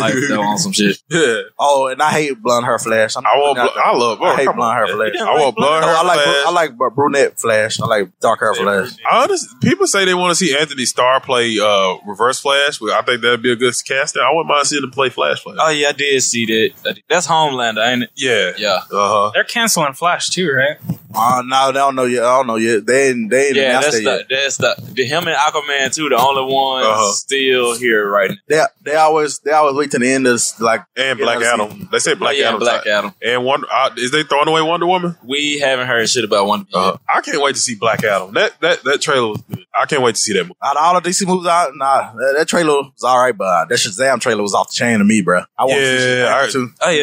K: like though, on some shit.
I: Yeah.
L: <laughs> Oh, and I hate blonde hair flash. i
I: want bl- I love- bro,
L: I hate
I: come
L: blonde
I: on.
L: hair flash.
I: You don't I want like blonde blonde hair
L: No, I like.
I: flash?
L: I like br- brunette flash. I like dark hair flash.
I: I honest, people say they want to see Anthony Starr play uh, Reverse Flash. Well, I think that'd be a good casting. I wouldn't mind seeing him play Flash Flash.
K: Oh yeah, I did see that. I did- That's Homelander, ain't it?
I: Yeah.
K: Yeah.
I: Uh huh.
J: They're canceling Flash too, right?
L: Uh, no, they don't know yet. I don't know yet. They ain't. They ain't
K: Yeah,
L: announced
K: that's
L: that yet.
K: the, that's the, the him and Aquaman too. The only one
L: Uh-huh.
K: still here right now.
L: They they always they always wait to the end of s- like
I: And Black
L: end of the
I: Adam. They say Black
K: Oh, yeah,
I: Adam.
K: Black Adam.
I: And Wonder, uh, is they throwing away Wonder Woman?
K: We haven't heard shit about Wonder
I: Woman. I can't wait to see Black Adam. That that that trailer was good. I can't wait to see that movie.
L: Out of all the DC movies, I, nah, that, that trailer was all right, but uh, that Shazam trailer was off the chain to me, bro. I want to see
I: Yeah,
L: Shazam
I: I-
L: too.
K: Oh yeah,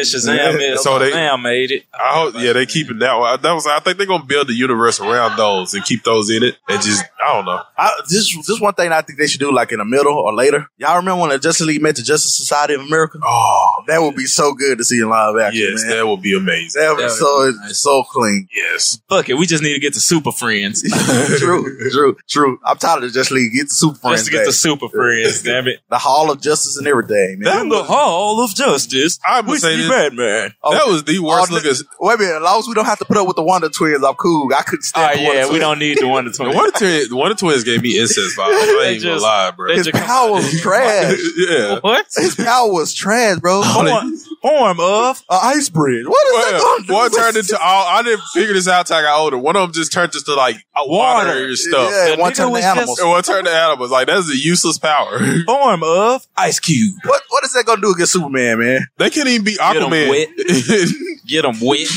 I: <laughs>
K: Shazam. is-
I: So they-
K: Shazam made it.
I: I hope, yeah, they keeping that one. That was, I think they're gonna build the universe around those and keep those in it and just, I don't know.
L: I, this this one thing I think they should do, like in the middle or later. Y'all remember when the Justice League met the Justice Society of America? Oh, that would be so good to see in live action.
I: Yes,
L: man.
I: that would be amazing.
L: That would be so so clean.
I: Yes.
K: Fuck it. We just need to get the Super Friends.
L: <laughs> true, true, true. I'm tired of the Justice League. Get the Super Friends.
K: Just to get
L: back.
K: the Super Friends. Damn it.
L: The Hall of Justice and everything. Man.
K: In the Hall of Justice,
I: I'm
K: we
I: say
K: see
I: this-
K: Batman.
I: That was the worst
L: Oh,
I: looking.
L: Wait a minute. As long as we don't have to put up with the Wonder Twins, I'm cool. I couldn't
K: All
L: stand.
K: right,
L: the Wonder
K: Ah, yeah, we
L: Twins.
K: don't need the one to
I: <laughs> The
K: twenty.
I: Wonder Twins, the Wonder Twins gave me incest vibes.
K: <laughs>
I: I ain't gonna
K: just-
I: lie, bro.
K: they
L: His power was <laughs> trash.
I: <laughs> yeah.
J: What?
L: His power was trash, bro.
K: Form, form of
L: An ice bridge. What is that
I: Well,
L: going to
I: One turned
L: <laughs>
I: into all. I didn't figure this out till I got older. One of them just turned into like water, and stuff.
L: Yeah,
K: The
L: one
K: nigga
L: turned
K: was
L: to
K: just-
L: animals.
I: And one turned to animals. Like that's a useless power. <laughs>
K: form of Ice Cube.
L: What what is that gonna do against Superman, man?
I: They can't even be
K: Get 'em
I: Aquaman. <laughs>
K: Get them wet.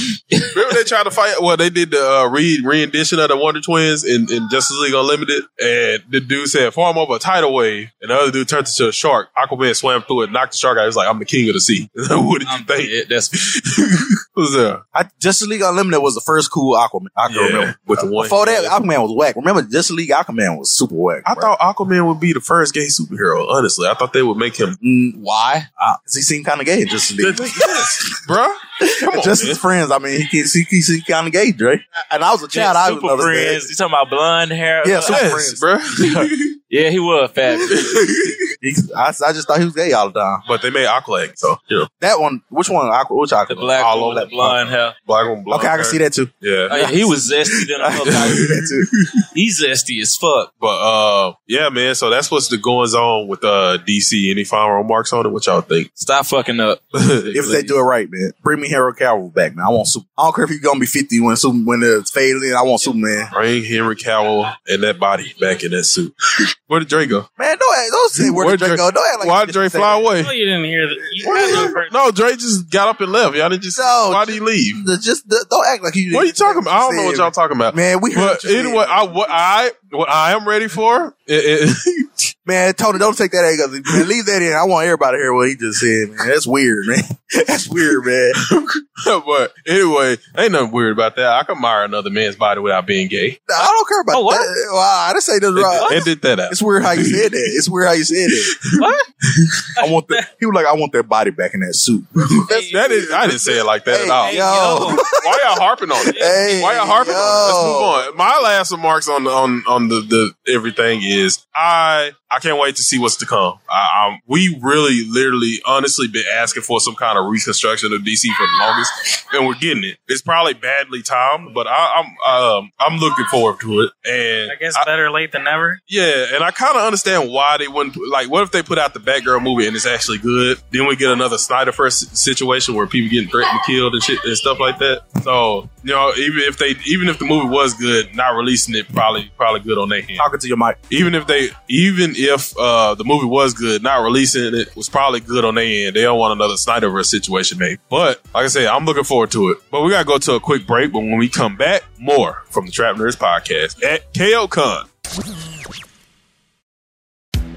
I: Remember they tried to fight? Well, they did the uh, re rendition of the Wonder Twins in, in Justice League Unlimited, and the dude said form over a tidal wave, and the other dude turned into a shark. Aquaman swam through it, knocked the shark out. He's like, "I'm the king of the sea." <laughs> what did you think?
K: Yeah, that's
I: What's that?
L: I, Justice League Unlimited was the first cool Aquaman. I can
I: Yeah,
L: remember.
I: with the one-
L: Before that, Aquaman was whack. Remember, Justice League Aquaman was super whack.
I: I
L: bro.
I: thought Aquaman would be the first gay superhero. Honestly, I thought they would make him.
L: Mm,
K: why.
L: uh, 'cause he seemed kind of gay in Justice League. <laughs>
I: yes, bruh. Come on,
L: Just
I: man.
L: his friends. I mean, he he, he, he seemed kind of gay, Dre. And I was a child. I
K: Super
L: was
K: Friends. You talking about blonde hair?
L: Yeah, Super
K: Uh,
L: Friends.
K: <laughs>
I: bruh.
K: Yeah, he was
L: <laughs>
K: fabulous.
L: He, I, I just thought he was gay all the time.
I: but they made Aqualad, so you know,
L: That one, which one? Aqua, which Aqua?
K: The black
I: All
K: one,
I: over
K: with the
L: <laughs>
K: blonde hair.
I: black on blonde.
L: okay, I can see that too.
I: Yeah,
K: Oh, yeah, he was
L: <laughs>
K: zesty than a
L: I can see
K: motherfucker.
L: that too.
K: He's zesty as fuck.
I: But uh, yeah, man. So that's what's the goings on with uh DC. Any final remarks on it? What y'all think?
K: <laughs> Stop
I: <laughs>
K: fucking up.
L: If they do it right, man, bring me Harold Cavill back, man. I want Super. I don't care if he's gonna be fifty when Super when it's fading. in. I want Superman.
I: Bring Henry Cowell and that body back in that suit. Where did Dre go?
L: Man, don't act, don't say where
I: Where'd
L: did Drake
I: Drake-
L: go. Don't act like
I: Why
L: you
I: did Dre
L: just said
I: fly
L: that.
I: away?
J: No, Oh, you didn't hear that. You didn't hear
I: No, Dre just got up and left. Y'all didn't just.
L: No,
I: why did he leave?
L: The- Just the- don't act like you.
I: What are you
L: didn't-
I: talking about? I don't know what
L: said.
I: y'all talking about.
L: Man, we heard
I: But
L: you
I: anyway, I what I what I am ready for. It, it,
L: Man, Tony, don't take that out. 'cause, Man, leave that in. I want everybody to hear what he just said, man. That's weird, man. <laughs> That's weird, man.
I: <laughs> but anyway, ain't nothing weird about that. I can admire another man's body without being gay.
L: I don't care about
J: Oh, what?
L: that. Wow, I didn't say nothing wrong.
I: It, did that out.
L: It's weird how you said that. It's weird how you said that.
J: What?
L: I want that. He was like, I want that body back in that suit.
I: That's, that is, I didn't say it like that
L: Hey,
I: at all.
L: yo.
I: Why y'all <laughs> harping on it?
L: Hey,
I: Why y'all harping on it? Let's
L: yo.
I: move on. My last remarks on on on the, the everything is I I can't wait to see what's to come. I, i we really, literally, honestly been asking for some kind of reconstruction of DC for the longest, and we're getting it. It's probably badly timed, but I, I'm um, I'm looking forward to it. And
J: I guess better late than never.
I: yeah, and I kind of understand why they wouldn't. put- Like, what if they put out the Batgirl movie and it's actually good? Then we get another Snyder first situation where people getting threatened, killed, and shit and stuff like that. So you know, even if they, even if the movie was good, not releasing it probably probably good on their hand.
L: Talking to your mic.
I: Even if they, even if uh, the movie was good, not releasing it was probably good on their end. They don't want another Snyderverse situation, maybe. But like I said, I'm looking forward to it. But we gotta go to a quick break. But when we come back, more from the Trap Nerds podcast at KOCon.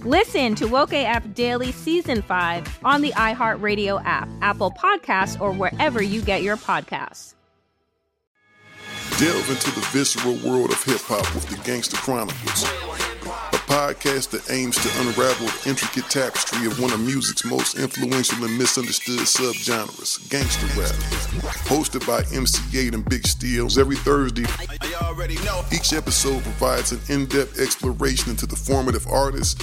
M: Listen to Woke AF Daily Season 5 on the iHeartRadio app, Apple Podcasts, or wherever you get your podcasts.
N: Delve into the visceral world of hip hop with the Gangster Chronicles, a podcast that aims to unravel the intricate tapestry of one of music's most influential and misunderstood subgenres, gangster rap. Hosted by MC8 and Big Steels every Thursday, each episode provides an in depth exploration into the formative artists,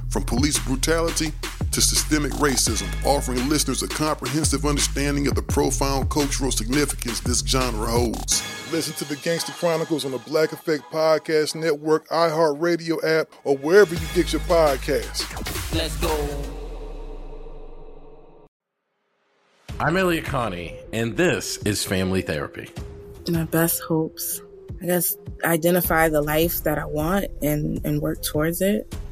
N: from police brutality to systemic racism, offering listeners a comprehensive understanding of the profound cultural significance this genre holds. Listen to the Gangster Chronicles on the Black Effect Podcast Network, iHeartRadio app, or wherever you get your podcasts.
O: Let's go. I'm Elliot Connie, and this is Family Therapy.
P: my best hopes. I guess identify the life that I want and, and work towards it.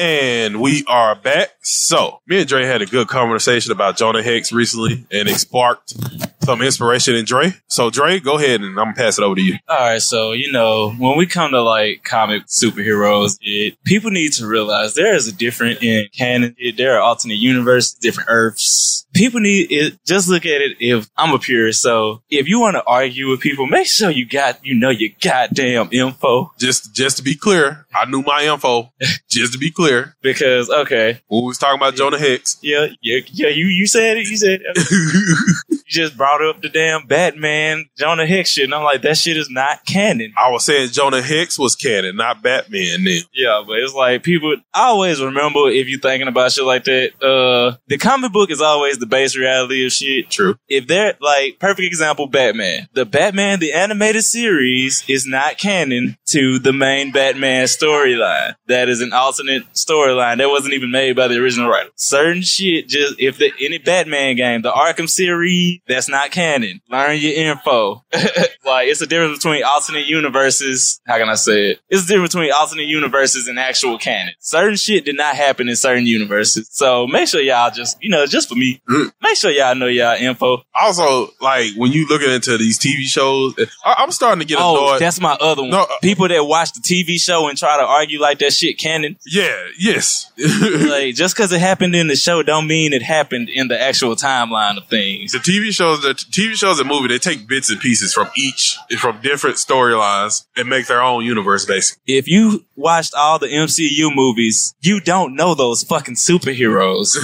I: And we are back. So, me and Dre had a good conversation about Jonah Hicks recently, and it sparked some inspiration in Dre. So, Dre, go ahead and I'm gonna pass it over to you.
K: All right, so you know when we come to like comic superheroes, it, people need to realize there is a different in canon. It, there are alternate universes, different Earths. People need it. Just look at it. If I'm a purist, so if you want to argue with people, make sure you got you know your goddamn info.
I: Just just to be clear, I knew my
K: <laughs>
I: info. just to be clear,
K: because okay,
I: when we was talking about Jonah Hicks,
K: yeah, yeah, yeah. You you said it. You said it.
I: <laughs>
K: you just brought up the damn Batman Jonah Hicks shit, and I'm like that shit is not canon.
I: I was saying Jonah Hicks was canon, not Batman. Then
K: Yeah, but it's like people. I always remember if you're thinking about shit like that. Uh, the comic book is always the base reality of shit.
I: True.
K: If they're like perfect example, Batman. The Batman the animated series is not canon to the main Batman storyline. That is an alternate storyline that wasn't even made by the original writer. Certain shit, just if the any Batman game, the Arkham series, that's not canon. Learn your info. <laughs> like it's a difference between alternate universes. How can I say it? It's a difference between alternate universes and actual canon. Certain shit did not happen in certain universes. So make sure y'all just, you know, just for me, make sure y'all know y'all info.
I: Also, like when you looking into these TV shows, I, I'm starting to get
K: oh,
I: annoyed.
K: that's my other one.
I: No, uh,
K: People that watch the TV show and try to argue like that shit canon.
I: Yeah, yes. <laughs>
K: like just because it happened in the show, don't mean it happened in the actual timeline of things.
I: The TV shows, the TV shows and movie, they take bits and pieces from each, from different storylines and make their own universe, basically.
K: If you watched all the MCU movies, you don't know those
I: <laughs>
K: fucking superheroes.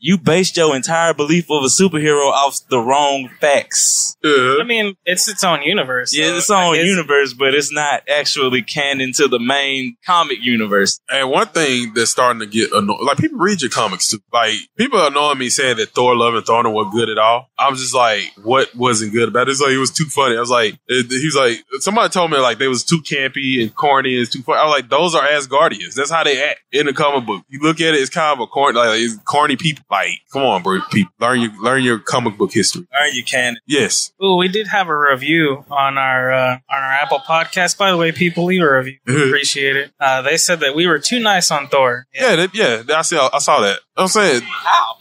K: you based your entire belief of a superhero off the wrong facts.
I: Uh-huh.
J: I mean, it's its own universe.
K: Yeah, it's own universe, but it's not actually canon to the main comic universe.
I: And one thing that's starting to get annoying, like people read your comics too. Like people annoying me saying that Thor: Love and Thunder were good at all. I was just like, what wasn't good about it? It's like it was too funny. I was like, it- he was like, somebody told me like they was too campy and corny and it's too funny. I was like, those are Asgardians. That's how they act in the comic book. You look at it, it's kind of a corny, like it's corny people. Like, come on, bro, people learn your learn your comic book history.
K: Learn your canon.
I: Yes.
J: Ooh, we did have a review on our uh, on our Apple podcast. By the way, people leave a review.
I: Mm-hmm.
J: We Appreciate it. Uh, they said that we were too nice on Thor.
I: Yeah, that, yeah, I saw, I saw that. I'm saying,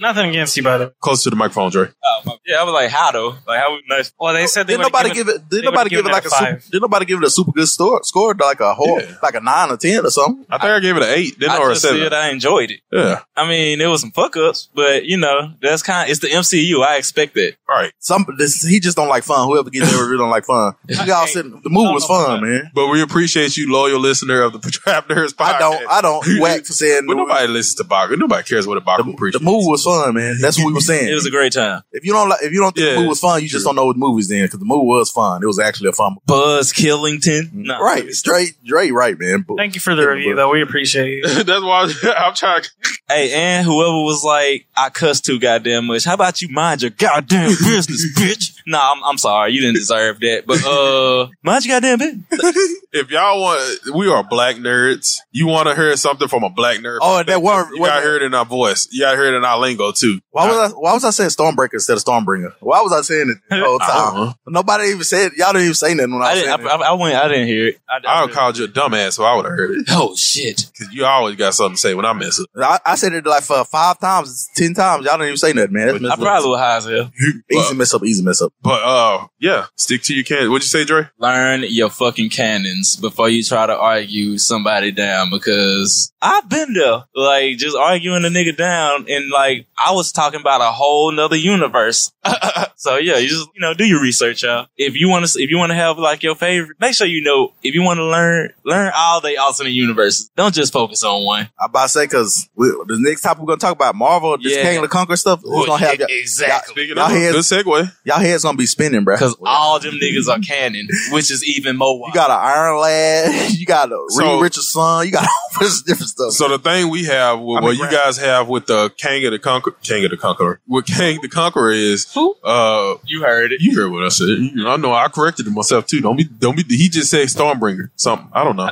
J: nothing against you, by the way.
I: Close to the microphone, Dre.
K: Oh, Yeah, I was like, how though? Like how nice.
J: Well, they said they
L: Did nobody give it? Did nobody give it like a? Super, did nobody give it a super good score? Score like a whole, like a nine or ten or something?
I: I think I gave it an eight,
K: I just said I enjoyed it.
I: Yeah.
K: I mean, it was some fuck ups, but you know, that's kind. It's the MCU. I expect that.
I: Right.
L: Some this, he just don't like fun. Whoever gets there really don't like fun. We all sitting. The movie was fun, man.
I: But we appreciate you, loyal listener of the <laughs> Trap Nerds podcast.
L: I don't. I don't whack for saying.
I: But nobody listens to Baku. Nobody cares what a Baku appreciates. The
L: movie was fun, man. That's what we were saying.
K: It was a great time.
L: If you don't like, if you don't think
I: Yeah,
L: the movie was fun, you just don't know what the movie's then because the movie was fun. It was actually a fun. movie.
K: Buzz Killington, no.
L: right? Straight, Dre, right, man. But
J: Thank you for the review, though. We appreciate
I: <laughs>
J: it.
I: That's why I, am trying.
K: Hey, and whoever was like, I cuss too goddamn much. How about you mind your goddamn business, <laughs> bitch? Nah, I'm, I'm sorry. You didn't deserve that. But uh, mind your goddamn
I: <laughs>
K: business.
I: if y'all want, we are black nerds. You want to hear something from a black nerd?
L: Oh, and that one-
I: You gotta hear it in our voice. You gotta hear it in our lingo too.
L: Why was I, why was I saying Stormbreaker instead of Stormbringer? Why was I saying it the whole
I: I don't know.
L: time? Nobody even said y'all didn't even say nothing when I,
I: I
L: was
I: didn't-
L: saying
I: I-
L: it.
K: I went. I didn't hear it. I,
I: I called you a dumbass, so I would have heard it.
K: Oh shit!
I: Because you always got something to say when I mess up.
L: I, I said it like for five times, ten times. Y'all didn't even say nothing, man. That's messed
I: I
L: up.
I: probably
K: was high
I: <laughs>
K: as hell.
L: easy mess up, easy mess up.
I: But uh, yeah, stick to your can. What'd you say, Dre?
K: Learn your fucking canons before you try to argue somebody down because I've been there. Like, just arguing a nigga down and like, I was talking about a whole nother universe. <laughs> so yeah, you just, you know, do your research, y'all. If you want to, if you want to have like your favorite, make sure you know, if you want to learn, learn all the alternate universes. Don't just focus on one.
L: I about to say because the next topic we're gonna talk about Marvel, this
K: Yeah.
L: King of the Conquer stuff. Who's
K: Well,
L: gonna have
K: yeah,
L: y'all,
K: exactly.
L: Y'all, y'all
K: Speaking of,
L: heads,
I: good segue.
L: Y'all heads gonna be spinning, bro.
K: Because all them niggas are canon, which is even more wild.
L: you got an Iron Lad, <laughs> you got a
I: So-
L: Reed Richardson, you got <laughs> all this different stuff.
I: So the thing we have, well,
L: I mean,
I: well, you
L: Brad-
I: guys have with the Kang of the Conqueror, Kang of the Conqueror, what Kang the Conqueror is. Uh,
K: you heard it.
I: You heard what I said. You know, I know. I corrected it myself too. Don't be, don't be. He just said Stormbringer. Something. I don't know.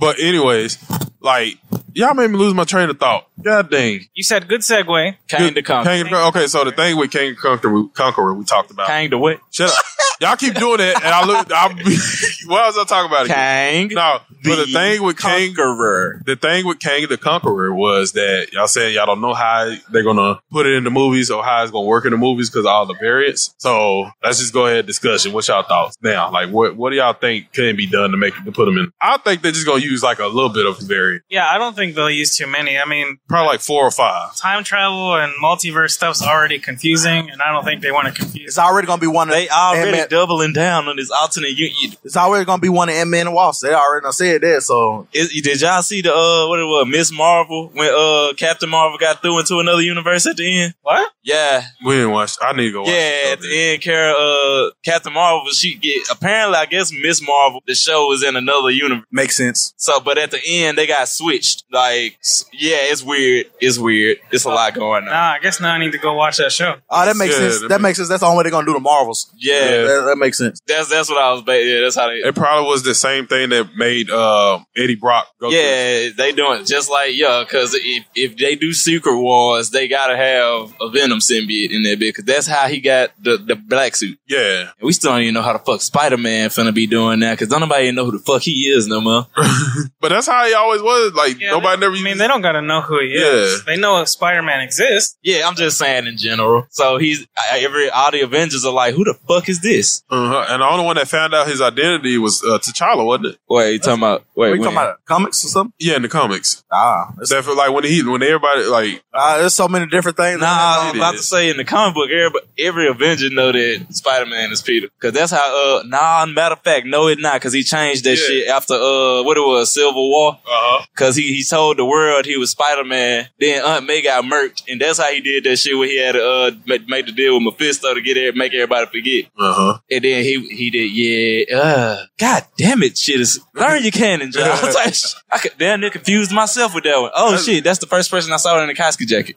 I: But anyways, like y'all made me lose my train of thought. God dang.
J: You said good segue.
I: Good- Kang the Con- okay, so the thing with Kang the Conqueror, Conqueror we talked about.
K: Kang the what?
I: Shut up. Y'all keep doing that, and I look. I'm, <laughs> what was I talking about?
K: Kang.
I: No, but the thing with Kang,
K: Conqueror.
I: the thing with Kang the Conqueror was that y'all saying y'all don't know how they're gonna put it in the movies or how it's gonna work in the movies because all the variants. So let's just go ahead and discuss it. What's y'all thoughts now? Like, what what do y'all think can be done to make to put them in? I think they're just gonna use like a little bit of variant,
J: Yeah, I don't think they'll use too many. I mean,
I: probably like four or five.
J: time travel and multiverse stuff's already confusing, and I don't think they want to confuse.
L: It's already gonna be one. Of,
K: They already
L: Ant-Man-
K: doubling down on this alternate. You, you,
L: it's already gonna be one of Ant Man and Wasp. They already done said that. So
K: Is, did y'all see the uh what it was Miss Marvel when uh Captain Marvel got through into another universe at the end?
J: What?
K: Yeah,
I: We didn't watch. I need to go. watch it.
K: yeah. At the end, Kara, uh, Captain Marvel, she get apparently I guess Miss Marvel, the show is in another universe.
L: makes sense.
K: So, but at the end, they got switched. Like, s- yeah, it's weird. It's weird. It's a lot going on.
J: Nah, I guess now I need to go watch that show.
L: Oh, that makes sense. That makes sense. That's the only way they're gonna do the Marvels.
K: Yeah,
L: that's that, that makes sense.
K: That's that's what I was. Ba- yeah, that's how they.
I: It probably was the same thing that made uh, Eddie Brock go.
K: Yeah, they doing it just like yeah, because if, if they do Secret Wars, they gotta have a Venom symbiote in there because that's how he got the, the black suit.
I: Yeah,
K: And we still don't even know how the fuck Spider Man finna be doing that because don't nobody even know who the fuck he is
I: <laughs>
K: no more.
I: but that's how he always was. Like nobody never.
J: I mean, they don't gotta know who he is. They know if Spider Man exists.
K: Yeah, I'm just saying in general. So he's I- every all the Avengers are like, who the fuck is this?
I: Uh-huh. And the only one that found out his identity was uh, T'Challa, wasn't it?
K: Wait, you talking about? Wait,
L: we talking
I: when?
L: about comics or something?
I: Yeah, in the comics.
L: Ah,
I: definitely. Like when he, when everybody, like,
L: uh, there's so many different things.
K: Nah, I'm about to say in the comic book era, but every Avenger know that Spider Man is Peter because that's how. Uh, nah, matter of fact, no, it not because he changed that shit after uh, what it was, Civil War. Because he he told the world he was Spider Man. Then Aunt May got murked, and that's how he did that shit where he had to uh make, make the deal with Mephisto to get there, make everybody forget.
I: Uh-huh.
K: And then he he did yeah. Uh, God damn it, shit is learn your canon, John. I was like, sh- I could, damn near confused myself with that one. Oh shit, that's the first person I saw in a Koski jacket.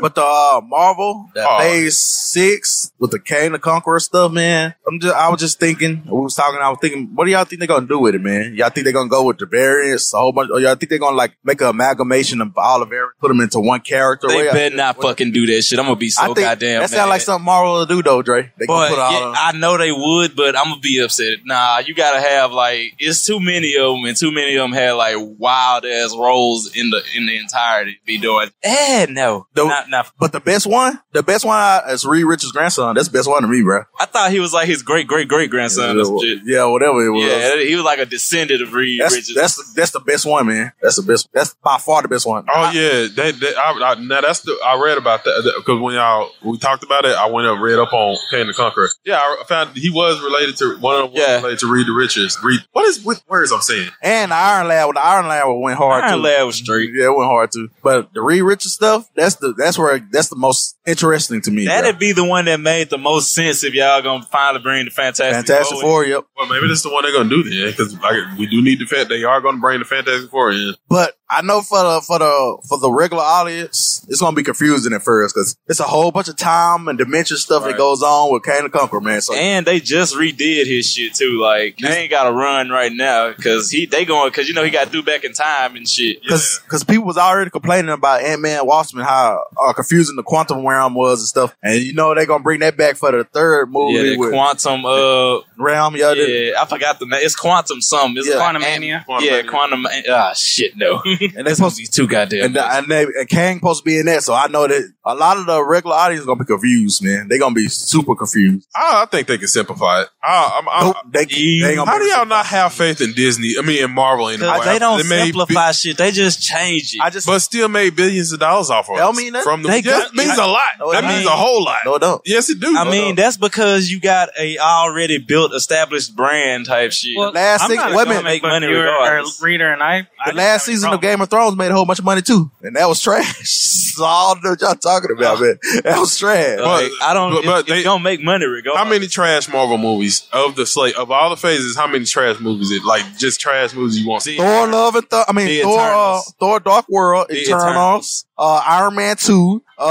L: but the uh, Marvel, that
K: Oh.
L: phase six with the Kane the Conqueror stuff, man. I'm just, I was just thinking, we was talking, I was thinking, what do y'all think they're gonna do with it, man? Y'all think they're gonna go with the variants, a whole bunch, or y'all think they're gonna like make an amalgamation of all the variants, put them into one character?
K: They
L: What-
K: better not fucking do that shit. I'm gonna be so
L: I think
K: goddamn.
L: that
K: mad.
L: sounds like something Marvel will do though, Dre. They
K: But
L: can put all
K: yeah, I know they would, but I'm gonna be upset. Nah, you gotta have like it's too many of them, and too many of them had like wild ass roles in the in the entirety. Be doing, eh? No, not not.
L: But the best one, the best one I- is Reed Richards' grandson. That's the best one to me, bro.
K: I thought he was like his great great great grandson. or some shit.
L: Yeah, whatever it was.
K: Yeah, he was like a descendant of Reed
L: that's,
K: Richards.
L: that's that's the best one, man. That's the best. That's by far the best one.
I: Oh yeah, they, they, I, I, now that's the I read about that because when y'all we talked about it, I went up read up on Kane the Conqueror. Yeah, I found he was related to one of the ones related to Reed the Richards. Reed, what is with words I'm saying?
L: And the Iron Lad, well, the Iron Lad went hard.
I: Iron
L: too.
I: Lad was straight.
L: Yeah, it went hard too. But the Reed Richards stuff, that's the that's where that's the most interesting to me.
K: That'd be the one that made the most sense if y'all gonna finally bring the Fantastic,
L: Fantastic
K: Four.
L: Four, yep.
I: Well, maybe this is the one they're gonna do then because like, we do need the fact they are gonna bring the Fantastic Four in.
L: But I know for the for the for the regular audience, it's gonna be confusing at first because it's a whole bunch of time and dimension stuff that goes on with Kane the Conqueror, man. So
K: And they just redid his shit too. Like they ain't got to run right now because he they going because you know he got through back in time and shit.
L: because people was already complaining about Ant Man Wasp and how uh, confusing the quantum realm was and stuff. And you know they're gonna bring that back for the third movie.
K: Yeah, the
L: with,
K: quantum uh
L: realm. Yeah,
K: I forgot the name. It's quantum something. It's
L: Yeah.
K: quantum
L: Quantumania.
K: Yeah, quantum. Ah, shit, no.
L: <laughs> and they supposed
K: to be too goddamn.
L: And, and, they, and Kang supposed to be in that, so I know that a lot of the regular audience is gonna be confused, man. They're gonna be super confused.
I: I, I think they can simplify it. I, I'm, I'm,
L: they, they gonna
I: how do
L: make it
I: y'all not have faith in Disney? I mean, in Marvel anymore.
K: they don't
I: made
K: simplify shit. They just change it.
L: I just,
I: but still made billions of dollars off of
K: That
I: us
K: don't mean nothing.
I: from the.
K: They
I: Yeah, that
K: got-
I: means a lot.
K: No, it
I: that
K: don't.
I: means a whole lot.
L: No, it don't.
I: Yes, it do.
K: I
I: No, it
K: mean,
I: don't.
K: that's because you got a already built, established brand type shit.
J: Well,
L: last
K: I'm
L: six-
K: not
L: wait a
K: gonna
L: minute.
K: make money
J: Viewer or
K: regardless.
J: reader and I. I
L: The last season of Game of Thrones made a whole bunch of money too, and that was trash. <laughs> so I don't know what y'all talking about, man. That was trash.
K: Like, I don't.
I: But,
K: it-
I: but
K: it
I: they
K: don't make money regardless.
I: How many trash Marvel movies of the slate of all the phases? How many trash movies? It like just trash movies you want to see?
L: Thor Love and Thor, I mean
I: The
L: Thor, uh,
I: Eternals.
L: Thor Dark World,
I: The
L: Eternals, uh, Iron Man Two. Uh,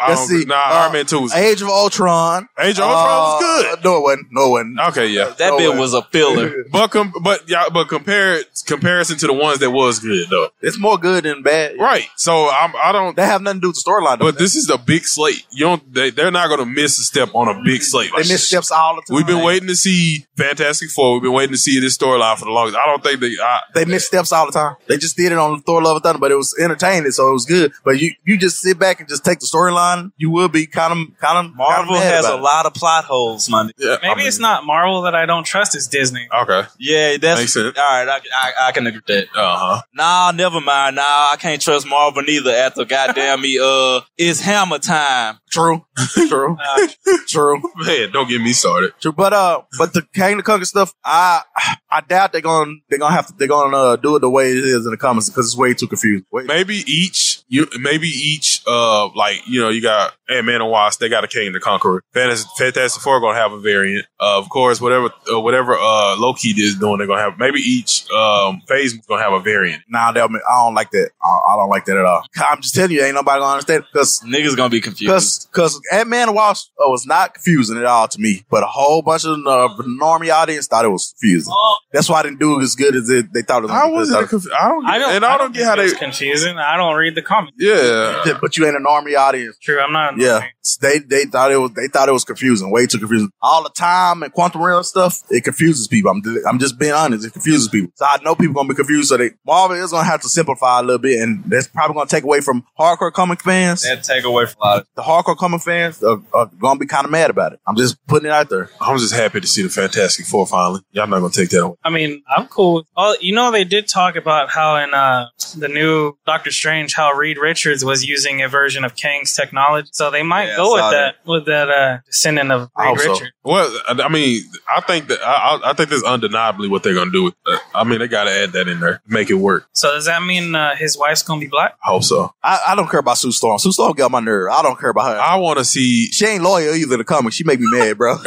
I: I
L: let's
I: don't-
L: see,
I: nah,
L: uh,
I: Iron Man 2 was-
L: Age of Ultron. Uh,
I: Age of Ultron was
L: good. No, it wasn't. No, it wasn't.
I: Okay, yeah,
L: That No bit way. was a <laughs> filler.
I: but com- but yeah, but compare it comparison to the ones that was good though.
L: It's more good than bad,
I: right? So I'm, I don't.
L: That have nothing to do with the storyline.
I: But this is the big slate. You don't. They, they're not going to miss a step on a big slate.
L: They miss steps all the time.
I: We've been waiting to see Fantastic Four. We've been waiting to see this storyline for the longest. I don't think they. I,
L: They miss steps all the time. They just did it on Thor Love and Thunder, but it was entertaining, so it was good. But you, you just sit back and just take the storyline. You will be kind of kind of
K: Marvel has a lot of plot holes, man.
J: Maybe it's not Marvel that I don't trust. It's Disney.
I: Okay.
K: Yeah, that's all right. I, I, I can agree with that.
I: Uh huh.
K: Nah, never mind. Nah, I can't trust Marvel neither. After goddamn <laughs> me, uh, it's Hammer time.
L: True,
I: <laughs>
L: true, <laughs> true.
I: Man, don't get me started.
L: True, but uh, but the Kang the Conqueror stuff, I I doubt they're gonna they're gonna have to they're gonna uh, do it the way it is in the comics because it's way too confused. Wait,
I: Maybe each you maybe each uh, like you know, you got Ant Man and Wasp. They got a King the Conqueror. Fantastic, Fantastic Four gonna have a variant. Uh, of course, whatever uh, whatever uh, Loki is doing, they're gonna have maybe each um, phase is gonna have a variant.
L: Nah, that, I don't like that. I, I don't like that at all. <laughs> I'm just telling you, ain't nobody gonna understand because
K: niggas gonna be confused.
L: Because Ant Man and Wasp uh, was not confusing at all to me, but a whole bunch of uh, normie audience thought it was confusing. That's why I didn't do it as good as it, they thought it Oh. was.
I: I wasn't confused. I don't.
J: I don't.
I: and I don't, get how
J: think
I: they.
J: it's confusing. I don't read the comments.
I: Yeah.
L: but you ain't an army audience.
J: True, I'm not.
L: Yeah, they they thought it was they thought it was confusing, way too confusing. All the time and quantum realm stuff, it confuses people. I'm I'm just being honest, it confuses people. So I know people gonna be confused. So they Marvel is gonna have to simplify a little bit, and that's probably gonna take away from hardcore comic fans.
K: That take away from a lot of
L: the hardcore comic fans are, are gonna be kind of mad about it. I'm just putting it out there.
I: I'm just happy to see the Fantastic Four finally. Y'all not gonna take that away.
J: I mean, I'm cool. with- Oh, you know, they did talk about how in uh, the new Doctor Strange, how Reed Richards was using a version of Kang's technology. So they might
I: Yeah, I
J: go with
I: saw
J: that, with that uh, descendant of
I: I
J: Reed
I: hope so.
J: Richards.
I: Well, I I mean, I think that I, I I think that's undeniably what they're gonna do. With, uh, I mean, they gotta add that in there, make it work.
J: So does that mean uh, his wife's gonna be black?
I: I hope so.
L: I, I don't care about Sue Storm. Sue Storm got my nerve. I don't care about her.
I: I want to see.
L: She ain't loyal either to the comic. She make me mad, bro.
I: <laughs>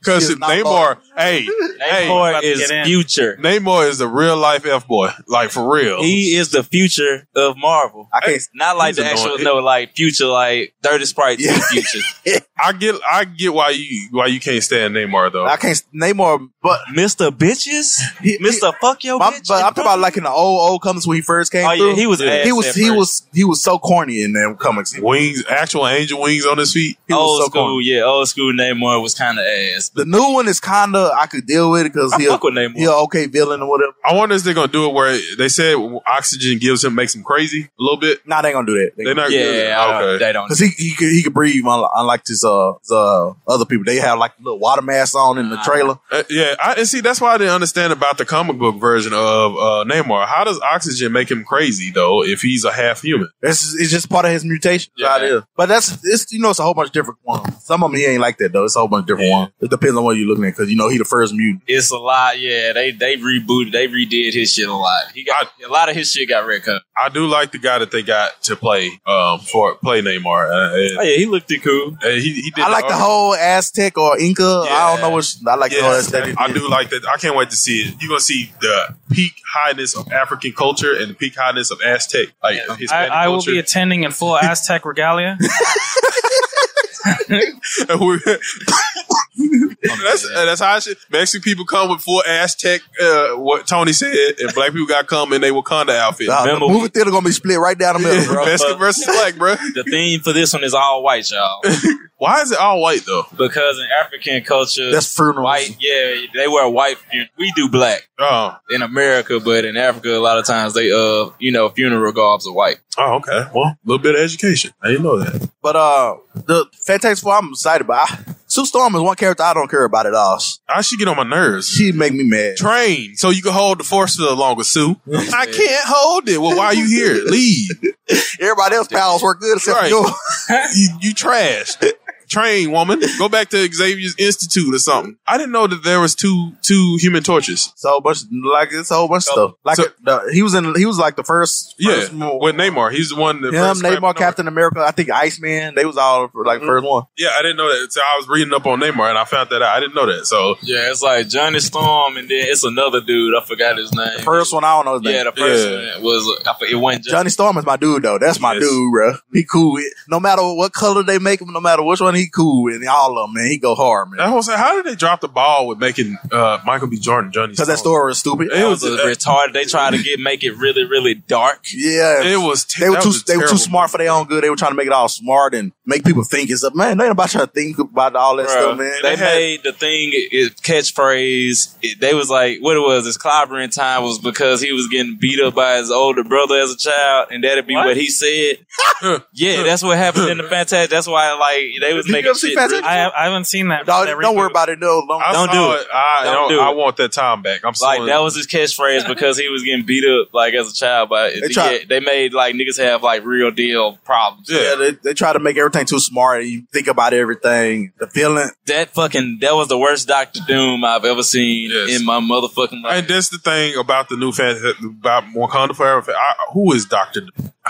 I: Because Namor,
K: <laughs>
I: hey, hey,
K: Namor is future.
I: Namor is the real life f boy, like for real.
K: He is the future of Marvel.
L: I can't,
K: not like
I: he's
K: the
I: annoying.
K: actual no, like future, like dirty sprites in the
L: <laughs>
K: future.
I: I get, I get why you why you can't stand Namor though.
L: I can't Namor, but
K: Mister Bitches, Mister Fuck Yo
L: Bitch. But I'm talking about like in the old old comics when he first came
K: Oh, yeah,
L: through.
K: he was ass
L: he was
K: at
L: he
K: first.
L: was he was so corny in them comics.
I: Wings, actual angel wings on his feet.
L: He was
K: old
L: so
K: school,
L: corny.
K: yeah, old school Namor was kind of ass.
L: The new one is kind of I could deal with it because
I: I
L: he'll
I: fuck with Namor.
L: he'll okay villain or whatever.
I: I wonder if they're gonna do it where they said oxygen gives him makes him crazy a little bit.
L: Nah, they gonna do that. They
I: They're not.
L: gonna-
I: gonna do
L: Yeah,
I: that.
L: I don't-
I: okay.
K: they don't.
L: Because he he could, he could breathe un- unlike his uh, his uh other people. They have like little water masks on in the
K: Uh-huh.
L: trailer.
I: Uh, yeah, I, and see that's why I didn't understand about the comic book version of uh, Namor. How does oxygen make him crazy though? If he's a half human,
L: It's, it's just part of his mutation. Yeah. It is. But that's it's you know it's a whole bunch of different ones. Some of them he ain't like that though. It's a whole bunch of different ones. It depends on what you're looking at because you know he the first mutant.
K: It's a lot, yeah. They they rebooted, they redid his shit a lot. He got a lot of his shit got red cut.
I: I do like the guy that they got to play um for play Namor. Uh, and-
K: Oh yeah, he looked it cool.
I: and he, he did
L: I like the whole Aztec or Inca. I don't know which. I like the whole
I: Yes,
L: Aztec.
I: I do like that. I can't wait to see it. You're gonna see the peak highness of African culture and the peak highness of Aztec, like
J: I,
I: Hispanic
J: I will
I: culture.
J: be attending
I: <laughs>
J: in full Aztec regalia.
I: And we're- that's, that's how I should. Mexican people come with full Aztec, uh, what Tony said, and black people got come in they Wakanda outfit.
L: Nah, Uh, the movie theater gonna be split right down the middle, bro.
I: Mexican versus black, bro.
K: The theme for this one is all white, y'all.
I: <laughs> Why is it all white though?
K: Because in African culture,
L: That's funerals.
K: White, yeah, they wear white. fun- We do black
I: oh.
K: in America, but in Africa, a lot of times they uh, you know, funeral garbs are white.
I: Oh, okay. Well, a little bit of education. I didn't know that.
L: But uh, the Fantastic Four, I'm excited about. I, Sue Storm is one character I don't care about at all.
I: I should Ah, get on my nerves.
L: She make me mad.
I: Train so you can hold the force for the longer, Sue. I can't hold it. Well, why are you here?
L: <laughs>
I: Leave.
L: Everybody else powers work good except
I: Right.
L: you.
I: <laughs> you, you trashed. Train woman, go back to Xavier's Institute or something. I didn't know that there was two two human torches.
L: So a bunch, like it's a whole bunch of stuff. Like uh,
I: So-
L: the, he was in, he was like the first.
I: Yeah,
L: first
I: with Neymar, he's the one. That
L: him,
I: first Mm. scrambled
L: Namor, Captain America, I think Iceman. They was all like first one.
I: Yeah, I didn't know that. So I was reading up on Neymar and I found that out. I didn't know that. So
K: Yeah, it's like Johnny Storm, and then it's another dude. I forgot his name. The
L: First one, I don't know. His name.
K: yeah, the first one was I, forget- it wasn't Johnny.
L: Johnny Storm is my dude though. That's my
K: Yes.
L: dude, bro. He cool. with- No matter what color they make him, no matter which one, he cool. with. And all of them, man, he go hard, man.
I: I was like, how did they drop the ball with making uh, Michael B. Jordan Johnny?
L: Because that story was stupid.
I: It was,
K: It was retarded. They tried
I: <laughs>
K: to get make it really, really dark.
L: Yeah,
I: It was.
L: they were
I: that
L: too
I: was a
L: they were too
I: terrible
L: smart for their own good. They were trying to make it all smart and make people think it's up. Man, they ain't about trying to think about all that
K: Bruh,
L: stuff, man.
K: They, made the thing it, catchphrase. It, they was like, what it was, his clobbering time was because he was getting beat up by his older brother as a child, and that'd be what,
I: <laughs>
K: he said. yeah, that's what happened in the Fantastic. That's why, like, they was making shit. really-
J: I, I haven't seen that. that reboot.
L: it. No, don't,
I: I
K: don't
I: saw
K: do it.
I: I
K: Don't
I: don't.
K: do
I: I
K: it.
I: want that time back. I'm
K: Like
I: sorry.
K: that was his catchphrase because he was getting beat up like as a child, but
L: They
K: they,
L: tried-
K: they made like niggas have like real deal problems.
L: yeah, they, they try to make everything too smart. And you think about everything, the feeling.
K: That fucking that was the worst Doctor Doom I've ever seen in my motherfucking life.
I: And that's the thing about the new fan about Wakanda Forever. I, who is Doctor?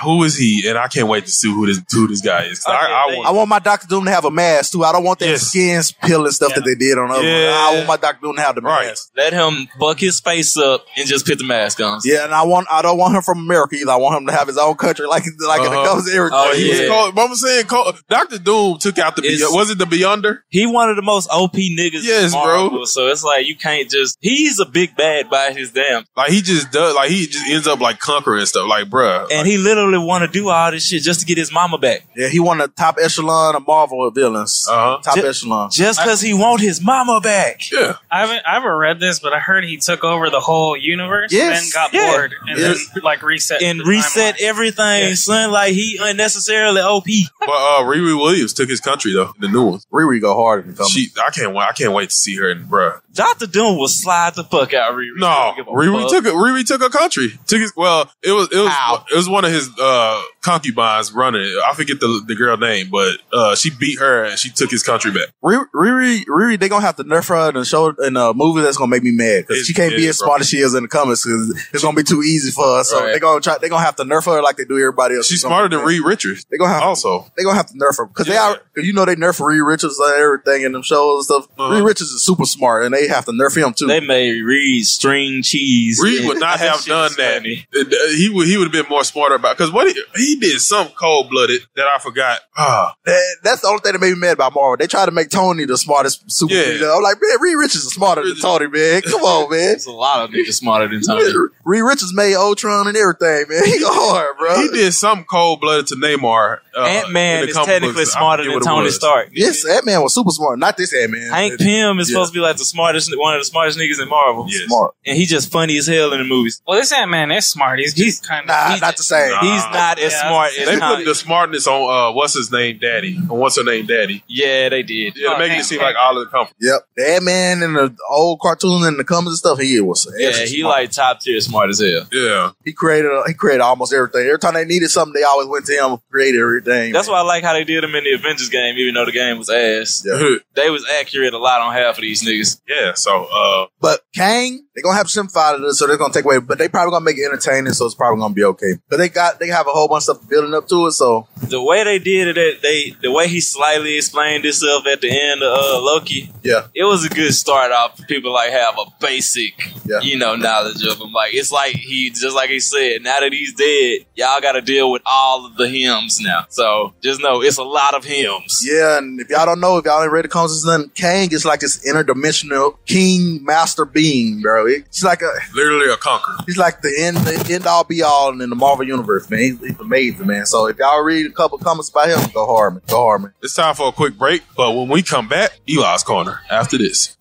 I: who is he? And I can't wait to see who this who this guy is. 'Cause I, I want,
L: I want my Doctor Doom to have a mask too. I don't want that skin peel and stuff that they did on other.
K: Yeah.
L: ones. I want my Doctor Doom to have the mask.
K: Let him buck his face up and just put the mask on.
L: Yeah, and I want I don't want him from America either. I want him to have his own country, like like in the
I: Uh-huh.
L: Ghost Eric.
I: Oh, he was called. But I'm saying, called, Doctor Doom took out the.
K: It's-
I: Beyond, was it the Beyonder?
K: He one of the most OP niggas.
I: Yes,
K: in
I: bro.
K: Marvel, So it's like you can't just. He's a big bad by his damn.
I: Like he just does. Like he just ends up like conquering stuff. Like bruh.
K: And he literally want to do all this shit just to get his mama back.
L: Yeah, he won the top echelon of Marvel villains.
I: Uh-huh.
L: Top
K: Ju-
L: echelon.
K: Just because he want his mama back.
I: Yeah.
J: I haven't I haven't read this, but I heard he took over the whole universe and
K: Yes.
J: then got
K: Yeah.
J: bored and
K: Yeah.
J: then like reset
K: And
J: the
K: reset everything, son. Like he unnecessarily OP.
I: But uh, Riri Williams took his country though. The new one.
L: Riri go hard in the
I: She. I can't. wa- I can't wait to see her and bruh.
K: Doctor Doom will slide the fuck out of Riri.
I: No,
K: Give a
I: Riri
K: fuck.
I: took a, Riri took a country. Took his well. It was it was it was one of his uh, concubines running. it. I forget the the girl name, but uh, she beat her and she took his country back.
L: Riri, Riri, Riri, they gonna have to nerf her in the show in a movie that's gonna make me mad because she can't be
I: it,
L: as
I: bro.
L: smart as she is in the comics. 'cause it's gonna be too easy for her. So
I: Right.
L: they gonna try. They gonna have to nerf her like they do everybody else.
I: She's smarter than Reed Richards.
L: They gonna have
I: also.
L: They gonna have to nerf her because they are. Cause you know they nerf Reed Richards and everything in them shows and stuff.
I: Uh-huh.
L: Reed Richards is super smart and they have to nerf him too.
K: They made Reed string cheese.
I: Reed would not have done that. Uh, He would he would have been more smarter about because what he, he did something cold blooded that I forgot. Ah,
L: That- that's the only thing that made me mad about Marvel. They try to make Tony the smartest super.
I: Yeah.
L: I'm like, man, Reed Richards is smarter than Tony, man. Come
I: <laughs>
L: on, man.
K: There's a lot of niggas smarter than Tony.
L: Reed Richards made Ultron and everything, man. <laughs> He go hard, bro.
I: he did something cold blooded to Neymar. Uh,
K: Ant Man
I: in the
K: is
I: comic
K: technically
I: books. I
K: smarter
I: forget
K: than
I: what it
K: Tony
I: was.
K: Stark.
L: Yes, Ant Man was super smart. Not this Ant Man.
K: Hank Pym is supposed to be like the smartest, one of the smartest niggas in Marvel.
L: Smart.
K: And he just funny as hell in the movies.
J: Well, this Ant Man is smart. He's, he's kind of
L: nah, not the same.
K: He's not as
J: Yeah,
K: smart
I: They
K: as
I: put
K: Tony.
I: the smartness on uh, what's his name, Daddy, and what's her name, Daddy.
K: Yeah, they did.
I: Yeah,
K: Oh,
I: they're making
K: Ant-Man.
I: it seem like all of the comfort.
L: Yep. The Ant Man and the old cartoon and the comics and stuff, he was
K: Yeah, he like top tier smart as hell.
I: Yeah.
L: he created he created almost everything. Every time they needed something, they always went to him and created everything.
K: That's why I like how they did him in the Avengers game, even though the game was ass.
L: Yeah.
K: They was accurate a lot on half of these niggas.
I: Yeah, so uh
L: But Kang, they're gonna have some fight of this, so they're gonna take away. But they probably gonna make it entertaining, so it's probably gonna be okay. But they got they have a whole bunch of stuff building up to it, so
K: the way they did it, they the way he slightly explained himself at the end of uh, Loki,
L: yeah.
K: it was a good start off for people like have a basic,
L: Yeah.
K: you know, knowledge of him. Like it's like he just like he said, now that he's dead, y'all got to deal with all of the hymns now. So just know it's a lot of hymns.
L: Yeah, and if y'all don't know, if y'all ain't read the comics, it's nothing. Kang is like this interdimensional king master being, bro. It's like a
I: literally a conqueror.
L: He's like the end, the end all be all in the Marvel universe, man. He's, he's amazing, man. So if y'all read a couple comments about him, go hard, man. Go hard, man.
I: It's time for a quick break, but when we come back, Eli's corner after this.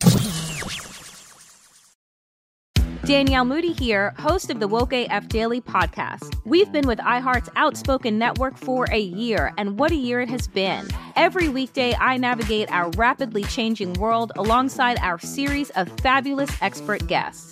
M: Danielle Moody here, host of the Woke AF Daily podcast. We've been with iHeart's Outspoken Network for a year, and what a year it has been. Every weekday, I navigate our rapidly changing world alongside our series of fabulous expert guests.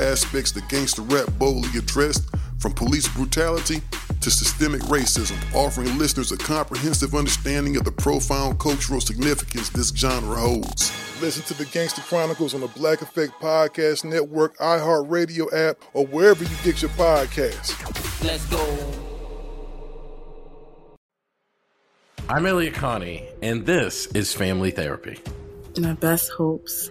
N: aspects that gangster rap boldly addressed, from police brutality to systemic racism, offering listeners a comprehensive understanding of the profound cultural significance this genre holds. Listen to the Gangster Chronicles on the Black Effect Podcast Network, iHeartRadio app, or wherever you get your podcasts.
Q: Let's go.
O: I'm Elliot Connie, and this is Family Therapy.
P: my best hopes.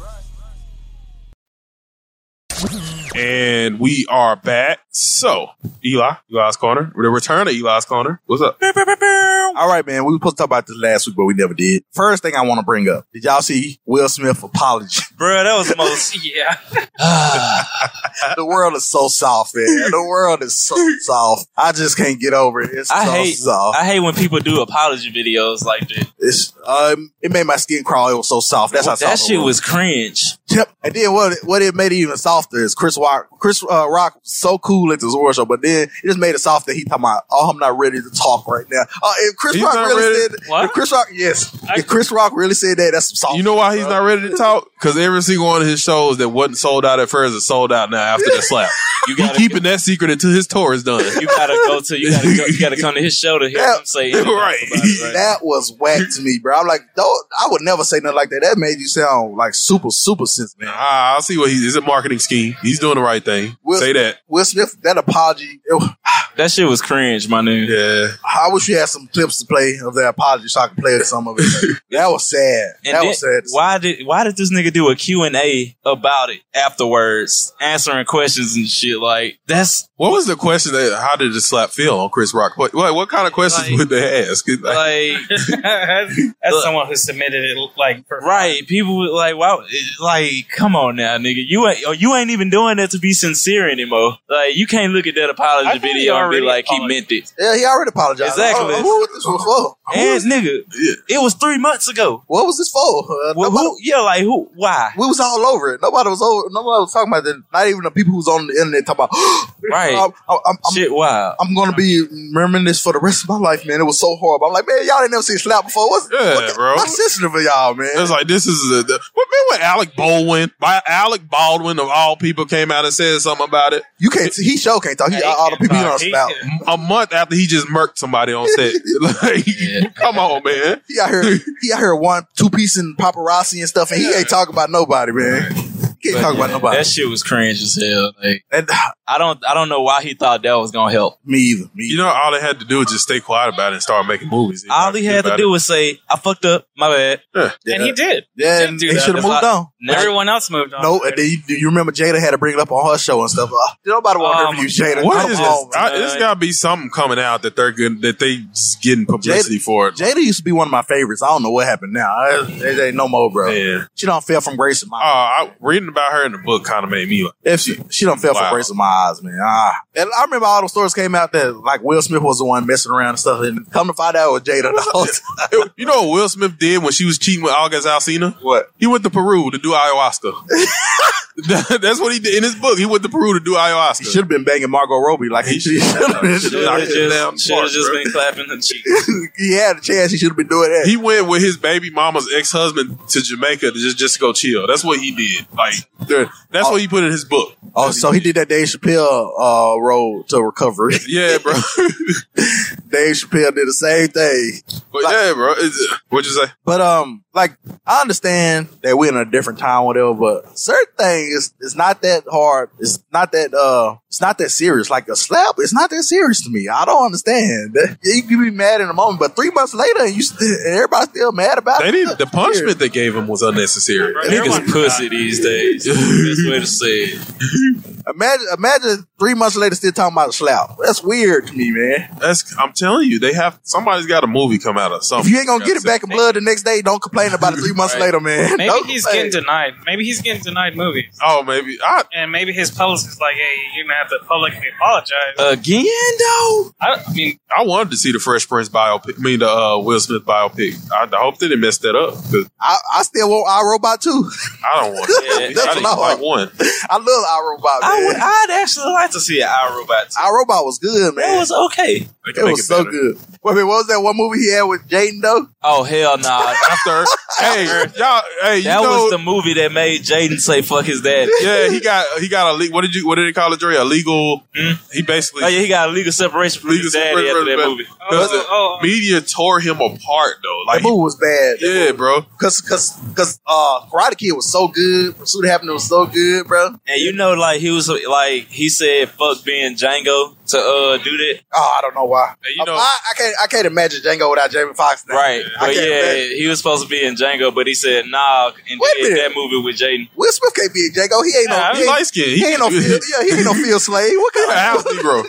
I: And we are back. So, Eli, Eli's Corner, the return of Eli's Corner. What's up?
L: All right, man. We were supposed to talk about this last week, but we never did. First thing I want to bring up: Did y'all see Will Smith apology? <laughs>
Q: Bro, that was the most. yeah.
L: the world is so soft, man. The world is so soft. I just can't get over it. It's
K: I
L: so
K: hate.
L: soft.
K: I hate when people do apology videos like that.
L: It's um, it made my skin crawl. It was so soft. That's how
K: that
L: soft it
K: shit was cringe.
L: Yep. And then what? What it made it even softer is Chris Rock. Chris uh, Rock was so cool at this award show, but then it just made it softer. He talking about, oh, I'm not ready to talk right now. Uh, if Chris
I: He's
L: Rock
I: not
L: really
I: ready-
L: said,
I: What?
L: if Chris Rock, yes, if Chris Rock really said that, that's some soft.
I: You know why he's not ready to talk? Because every single one of his shows that wasn't sold out at first is sold out now after the
K: <laughs>
I: slap. You he keeping that secret until his tour is done.
K: You gotta go to. You gotta. Go, you gotta come to his
I: <laughs>
K: show to hear him say. anything
L: right.
K: about it,
L: <laughs>
K: right.
L: That was whack to me, bro. I'm like, don't, I would never say nothing like that. That made you sound like super, super sensitive.
I: Nah, I'll see what he is. It marketing scheme. He's doing the right thing. Say that.
L: Will Smith, that apology, it, was-
K: That shit was cringe, my nigga.
I: Yeah.
L: I wish we had some clips to play of that apology so I could play some of it.
K: <laughs>
L: that was sad.
K: And
L: that
K: then,
L: was sad.
K: Why did why did this nigga do a Q and A about it afterwards, answering questions and shit? Like that's
I: What was the question that how did the slap feel on Chris Rock? What what, what kind of questions would they ask? <laughs>
K: like
J: That's someone who submitted it like for
K: right. People were like wow, it- like come on now, nigga. You ain't oh, you ain't even doing that to be sincere anymore. Like you can't look at that apology
L: think he
K: video and be
L: already
K: like he meant it.
L: Yeah, he already apologized.
K: Exactly.
L: Oh, who was this was for?
K: Ass nigga. It was three months ago.
L: What was this for? Uh,
K: who, yeah, like who? Why?
L: We was all over it. Nobody was over. Nobody was talking about that. Not even the people who's on the internet talking about. <gasps>
K: right.
L: I'm, I'm, I'm,
K: Shit, wow.
L: I'm gonna be remembering this for the rest of my life, man. It was so horrible. I'm like, man, y'all ain't never seen slap before. What's
I: Yeah, bro.
L: What's sensitive for y'all, man?
I: It's like this is a, the, what man when Alec Baldwin by Alec Baldwin of all people came out and said something about it.
L: <laughs> You can't. He sure can't talk. He, all the people he
I: talk.
L: don't
I: He
L: slap.
I: A month after he just murked somebody on
L: <laughs>
I: set. like, come on, man.
L: He out here. He out here one two piece and paparazzi and stuff, and he ain't talking about nobody, man. He can't talk about nobody.
K: That shit was cringe as hell. Like,
L: <sighs>
K: I don't, I don't know why <laughs> he thought that was gonna help.
L: Me either.
I: You know, all they had to do was just stay quiet about it and start making movies.
K: All he had to
I: about
K: do
I: it.
K: was say, "I fucked up, my bad,"
J: And he did.
L: Yeah,
J: He
L: and
J: did
L: he
J: do that.
L: should've moved on.
J: Everyone else moved on.
L: No, and then you, you remember Jada had to bring it up on her show and stuff. Uh, nobody
J: Oh,
L: want to
K: Um,
L: interview Jada.
I: What
L: Come
I: is
L: on,
I: this? I, there's got to be something coming out that they're good that they just getting publicity for it.
L: Jada used to be one of my favorites. I don't know what happened now. I- It ain't no more, bro. She don't fell from grace in my.
I: Uh, I, reading about her in the book kind of made me. Like,
L: if she, she don't fell
I: Wow.
L: from grace in my lies, man. Ah. And I remember all those stories came out that like Will Smith was the one messing around and stuff, and come to find out with Jada. the whole time.
I: <laughs> you know what Will Smith did when she was cheating with August Alsina?
L: What?
I: He went to Peru to
L: <laughs>
I: do ayahuasca. <laughs> That's what he did in his book. He went to Peru to do ayahuasca. He should
L: have been banging Margot Robbie like he should have
I: <laughs>
L: been.
K: Should have just, should've just been clapping her cheeks.
L: he had a chance. He should have been doing that.
I: He went with his baby mama's ex husband to Jamaica to just just go chill. That's what he did. Like that's what he put in his book.
L: Oh, so he did that Dave Chappelle uh, road to
I: <laughs>
L: recovery.
I: Yeah, bro.
L: Dave Chappelle did the same thing.
I: But yeah, bro. It's- what'd you say?
L: But um, like I understand that we're in a different time, whatever. But certain things, it's not that hard. It's not that uh, it's not that serious. Like a slap, it's not that serious to me. I don't understand. <laughs> That, you can be mad in a moment, but three months later, you st- and everybody's still mad about
I: They
L: it.
I: didn't. The punishment they gave him was unnecessary.
K: Niggas pussy these days. Best way to say it.
L: Imagine, imagine three months later, still talking about a slap. That's weird to me, man.
I: That's. I'm telling you, they have somebody's got a movie come out or something.
L: If you ain't gonna get it back in blood the next day, don't complain about it three months
I: Right.
L: later, man.
J: Maybe
L: Don't
J: he's
L: complain.
J: getting denied. Maybe he's getting denied movies.
I: Oh, maybe.
J: and maybe his publicist is like, "Hey, you're gonna have to publicly apologize."
I: Again, though.
J: I, I mean,
I: I wanted to see the Fresh Prince biopic. I mean, the uh, Will Smith biopic. I, I hope they didn't mess that up. 'cause
L: I, I still want iRobot too. <laughs>
I: I don't
K: <laughs>
I: want.
L: Yeah,
I: I
L: that's
I: didn't
L: what I
I: like
L: want.
I: one.
L: I love iRobot.
K: I would.
L: man.
K: I'd actually like to see an iRobot.
L: iRobot was good, man.
K: <laughs> It was okay.
I: They
L: It
K: can make
L: was
K: it
L: so
K: better.
L: good. Wait, a minute, what was that one movie he had with Jaden though?
K: Oh hell nah!
I: After hey y'all hey you
K: that
I: know-
K: was the movie that made Jaden say fuck his dad.
I: Yeah, he got he got a le- what did you what did they call it, Dre? A legal. He basically.
K: Oh, yeah, he got a legal separation from his daddy after that movie. Oh,
I: Because the media tore him apart though. Like
L: that movie was bad.
I: Yeah, bro.
L: Cause, cause, cause, uh, Karate Kid was so good. Pursuit of Happiness was so good, bro.
K: And you know, like he was like he said, "Fuck being Django" to uh do that.
L: Oh, I don't know why.
I: you Ah, know,
L: I, I can't, I can't imagine Django without Jamie Foxx. now.
K: Right,
L: I
K: but
L: can't
K: yeah,
L: imagine.
K: he was supposed to be in Django, but he said nah and
L: Wait a
K: did
L: minute.
K: that movie with Jaden.
L: Will Smith can't be a Django. He ain't no,
K: Nah, I'm
L: he ain't,
K: light-skinned.
L: He,
K: He-
L: ain't no, field, yeah, he ain't no field slave. What kind of
I: house
K: <laughs>
I: negro?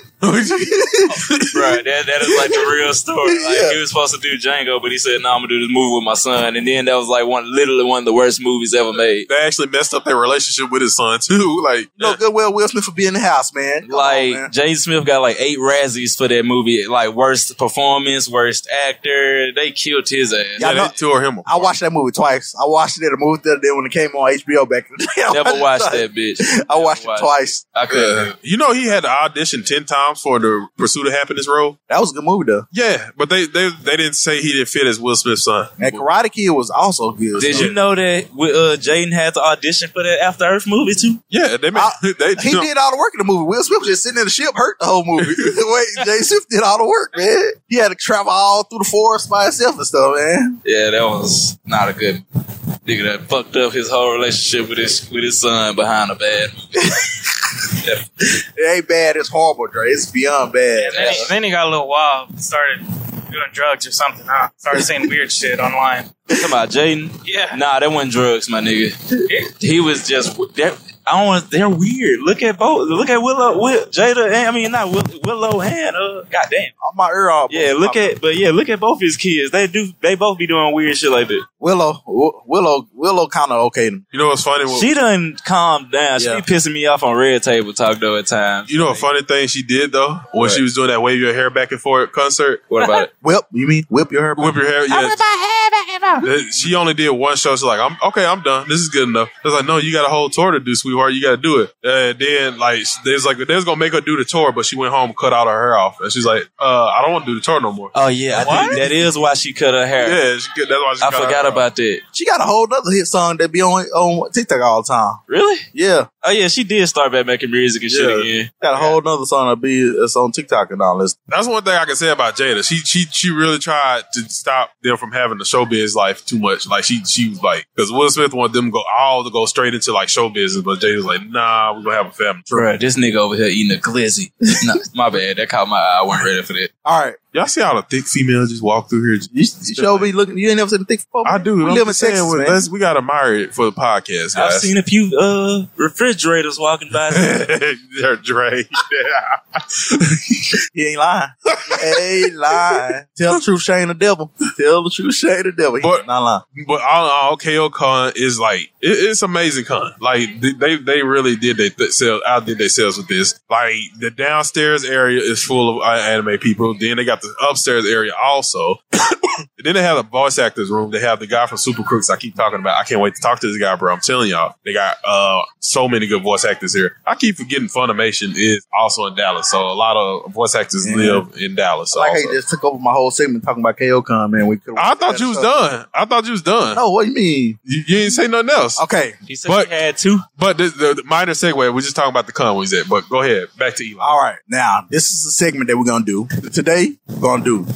K: Right, that, that is like the real story. Like
L: Yeah.
K: he was supposed to do Django, but he said, "No, nah, I'm gonna do this movie with my son." And then that was like one, literally one of the worst movies ever made.
I: they actually messed up their relationship with his son too. <laughs> Like
L: No goodwill Will Smith for being in the house, man. Come
K: Like
L: on, man.
K: Jaden Smith got like eight Razzies for that movie, like worst performance, worst actor. They killed his ass.
L: Y'all know-
I: tore him.
L: I watched that movie twice. I watched it at a movie theater. Then when it came on HBO back in the <laughs> day, I
K: Never
L: watched
K: watched
L: it.
K: that bitch.
L: <laughs> I watched it
K: watched
L: twice.
K: I couldn't.
I: Yeah. You know he had to audition ten times for the Pursuit of Happiness role.
L: That was a good movie though.
I: Yeah, but they they, they didn't say he didn't fit as Will Smith's son.
L: And Karate Kid was also good.
K: Did
L: so.
K: you know that uh, Jaden had to audition for that After Earth movie too?
I: Yeah, they made <laughs> they
L: He did all the work in the movie. Will Smith was just sitting in the ship, hurt the whole movie. <laughs> Wait, Jay Smith did all the work, man. He had to travel all through the forest by himself and stuff, man.
K: Yeah, that was not a good nigga that fucked up his whole relationship with his with his son behind a bad
L: It ain't bad. It's horrible, Dre. It's beyond bad.
J: then, he, then he got a little wild, and started doing drugs or something. Huh? Started saying weird shit online.
K: Come on, Jaden.
J: Yeah.
K: Nah, that wasn't drugs, my nigga. He was just that. I don't. They're weird. Look at both. Look at Willow, Will, Jada. And, I mean, not Will, Willow and uh, goddamn.
L: On my ear off.
K: Yeah, look at. But yeah, look at both his kids. They do. They both be doing weird shit like that.
L: Willow, Wi- Willow, Willow, kind of okay.
I: You know what's funny?
K: She done um, calmed down. She
I: Yeah.
K: be pissing me off on red table talk though at times.
I: You know a funny thing she did though when she was doing that wave your hair back and forth concert.
K: What about it?
L: <laughs> Whip? You mean whip your hair?
I: Whip your hair? Yeah. That- She only did one show. She's like, I'm okay. I'm done. This is good enough. I was like, no, you got a whole tour to do, sweetheart. You got to do it. And then like, there's like, they was gonna make her do the tour, but she went home, cut all her hair off, and she's like, uh, I don't want to do the tour no more.
K: Oh yeah, I think that is why she cut her hair.
I: Yeah, she, cut- that's why she
K: I
I: cut her
K: forgot
I: hair
K: about that.
L: She got a whole other hit song that be on on TikTok all the time.
K: Really?
L: Yeah.
K: Oh yeah, she did start back making music and shit again.
L: Got a whole nother song that be it's on TikTok and all this.
I: That's one thing I can say about Jada. She she she really tried to stop them from having the showbiz life too much. Like she she was like, because Will Smith wanted them go all to go straight into like show business, but Jada's like, nah, we're gonna have a family.
L: <laughs>
K: Bruh, this nigga over here eating a glizzy. nah, my bad. That caught my eye. I wasn't ready for that.
L: All right.
I: Y'all see how the thick females just walk through here? You,
L: show me looking. You ain't never seen a thick folk.
I: I do.
L: We
I: I'm
L: live
I: just
L: in
I: saying,
L: Texas,
I: well,
L: man.
I: let's- we got to admire it for the podcast.
K: I've
I: guys.
K: seen a few uh, refrigerators walking by.
I: <laughs> They're Dre.
L: <laughs> he ain't lying. He ain't lying. Tell the truth, Shane the devil. Tell the truth, Shane the devil. He
I: But-
L: not lying.
I: But all in all, KO Con is like it, it's amazing con. Like th- they they really did they th- sell outdid themselves with this. Like the downstairs area is full of uh, anime people. Then they got the upstairs area also. <coughs> And then they have the voice actors room. They have the guy from Super Crooks. I keep talking about. I can't wait to talk to this guy, bro. I'm telling y'all, they got uh so many good voice actors here. I keep forgetting Funimation is also in Dallas, so a lot of voice actors
L: Yeah.
I: live in Dallas.
L: Mm-hmm. like
I: also.
L: how you just took over my whole segment talking about KO Con, man. We could've-
I: I thought you was done. I thought you was done.
L: No, what you mean?
I: You, you ain't say nothing else.
L: Okay.
I: He said but,
K: had two.
I: But the, the, the minor segue, we're just talking about the con we said. But go ahead, back to Eli.
L: All right, now this is a segment that we're gonna do today. We're gonna do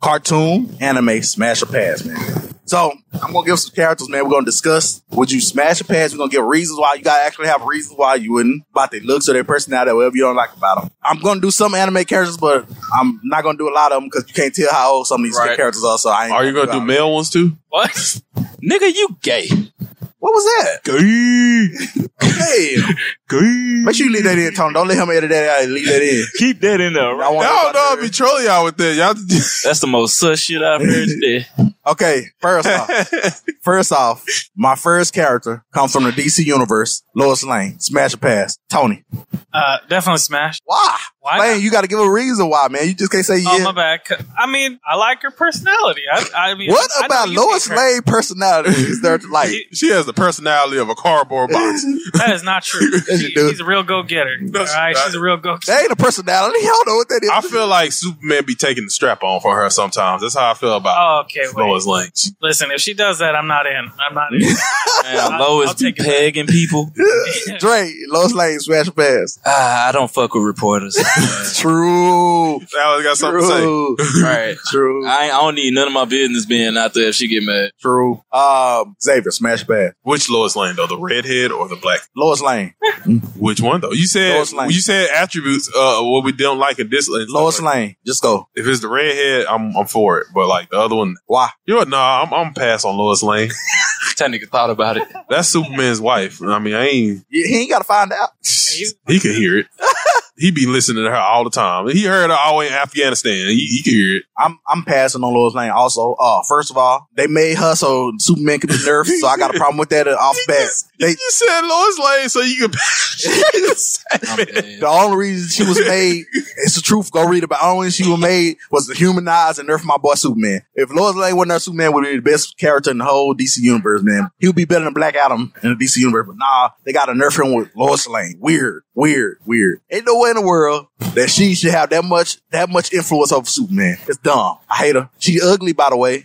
L: cartoon, anime, smash or pass, man. So I'm gonna give some characters, man. We're gonna discuss would you smash or pass. We're gonna give reasons why you gotta actually have reasons why you wouldn't about their looks or their personality, or whatever you don't like about them. I'm gonna do some anime characters, but I'm not gonna do a lot of them because you can't tell how old some of these
I: Right.
L: characters are. So I ain't
I: Are you gonna do
L: out.
I: male ones too?
K: What? Nigga, you gay.
L: What was that?
I: Gay.
L: Damn. Make sure you leave that in, Tony. Don't let him edit that out. Leave that in.
K: Keep that in there.
L: I wanna
I: No, no, I be trolling y'all with that. Y'all
K: That's the most sus shit I've heard today.
L: Okay, first
I: <laughs>
L: off, first off, my first character comes from the DC universe. Lois Lane, smash or pass, Tony.
J: Uh, definitely smash.
L: Why?
J: Why?
L: Man, you got to give a reason why, man. You just can't say
J: Oh
L: yeah.
J: my bad. C- I mean, I like her personality. I, I mean,
L: what
J: I know
L: about
J: you
L: Lois
J: think her-
L: Lane personality
K: <laughs>
L: is there to like?
I: she has the personality of a cardboard box.
L: <laughs>
J: That is not true.
L: Yes,
J: She-
L: you do.
J: she's a real go getter. All right, she's a real go.
L: That ain't a personality. <laughs> I don't know what that is.
I: I feel like Superman be taking the strap on for her sometimes. That's how I feel about
J: Oh, okay, wait.
I: Lois Lane.
J: Listen, if she does that, I'm not in. I'm
K: <laughs>
J: not in.
K: Man, Lois
J: <laughs>
K: be pegging people.
L: <laughs> Dre, Lois Lane, smash or pass.
K: Ah, I don't fuck
L: <laughs>
K: with reporters.
I: <laughs>
L: True.
I: Alex got something
L: True.
K: to say. right.
L: True.
K: I, ain't, I don't need none of my business being out there if she get mad.
L: True. Um, Xavier, smash or pass,
I: Which Lois Lane though, the redhead or the black?
L: Lois Lane.
I: Which one though? You said
L: Lois Lane.
I: you said attributes. Uh, what we don't like and dislike.
L: Lois Lane, just go.
I: If it's the redhead, I'm I'm for it. But like the other one,
L: why?
I: You know, what? nah, I'm I'm pass on
L: <laughs>
I: Lois Lane.
K: that nigga thought about it.
I: That's Superman's wife. I mean, I ain't.
L: Yeah, He ain't got to find out.
I: He could hear
L: <laughs>
I: it. he be listening to her all the time. He heard her all in Afghanistan. He, he could hear it.
L: I'm I'm passing on Lois Lane. Also, uh, first of all, they made her so Superman could be nerfed, so I got a problem with that off bat. They
I: You said Lois Lane, <laughs> so you could.
L: <laughs> the only reason she
I: <laughs>
L: was made, it's the truth. Go read about. The only reason she was made was to humanize and nerf my boy Superman. If Lois Lane wasn't nerf Superman, would be the best character in the whole DC universe, man. He would be better than Black Adam in the DC universe. But nah, they got to nerf him with Lois Lane. Weird, weird, weird. Ain't no way in the world that she should have that much that much influence over Superman. It's dumb. I hate her. She ugly, by the
K: <laughs>
L: way.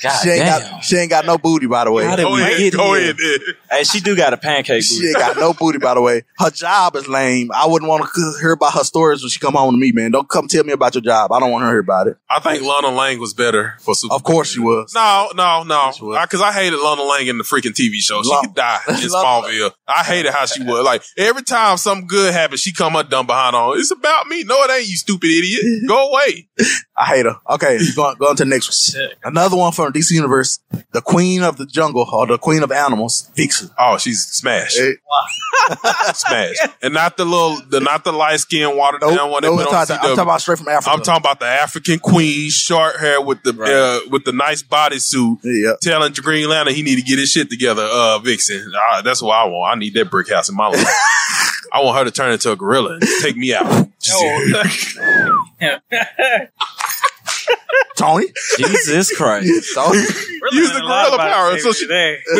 K: God
L: she ain't
K: damn.
L: got she ain't got no booty, by the way.
K: How did we get here? Hey, she do got a pancake.
L: She
K: booty.
L: ain't got no booty, by the way. Her job is lame. I wouldn't want to hear about her stories when she come home to me, man. Don't come tell me about your job. I don't want to hear about it.
I: I think Lana Lang was better for Superman.
L: Of course she was.
I: No, no, no. Because I, hated Lana Lang in the freaking TV show. She
L: Lana- <laughs>
I: could die in
L: Lana-
I: Smallville. I hated how she was. Like every time something good happened, she come her dumb behind on. It's about me. No, it ain't. You stupid
L: <laughs>
I: idiot. Go away.
L: I hate her. Okay, go, go on to the next one. Another one from DC Universe, the Queen of the Jungle or the Queen of Animals, Vixen.
I: Oh, she's smashed.
L: Hey.
I: <laughs> smashed, and not the little, the not the light skinned watered down one. they
L: no,
I: put
L: I'm
I: on
L: talking- I'm
I: CW.
L: talking about straight from Africa.
I: I'm talking about the African queen, short hair with the uh, with the nice bodysuit,
L: yeah.
I: telling Green Lantern he need to get his shit together. Uh, Vixen, Ah, that's what I want. I need that brick house in
L: <laughs>
I: my life. I want her to turn into a gorilla and take
L: <laughs>
I: me out.
L: Tony,
I: <laughs>
K: Jesus Christ,
L: Tony,
I: use the gorilla power so she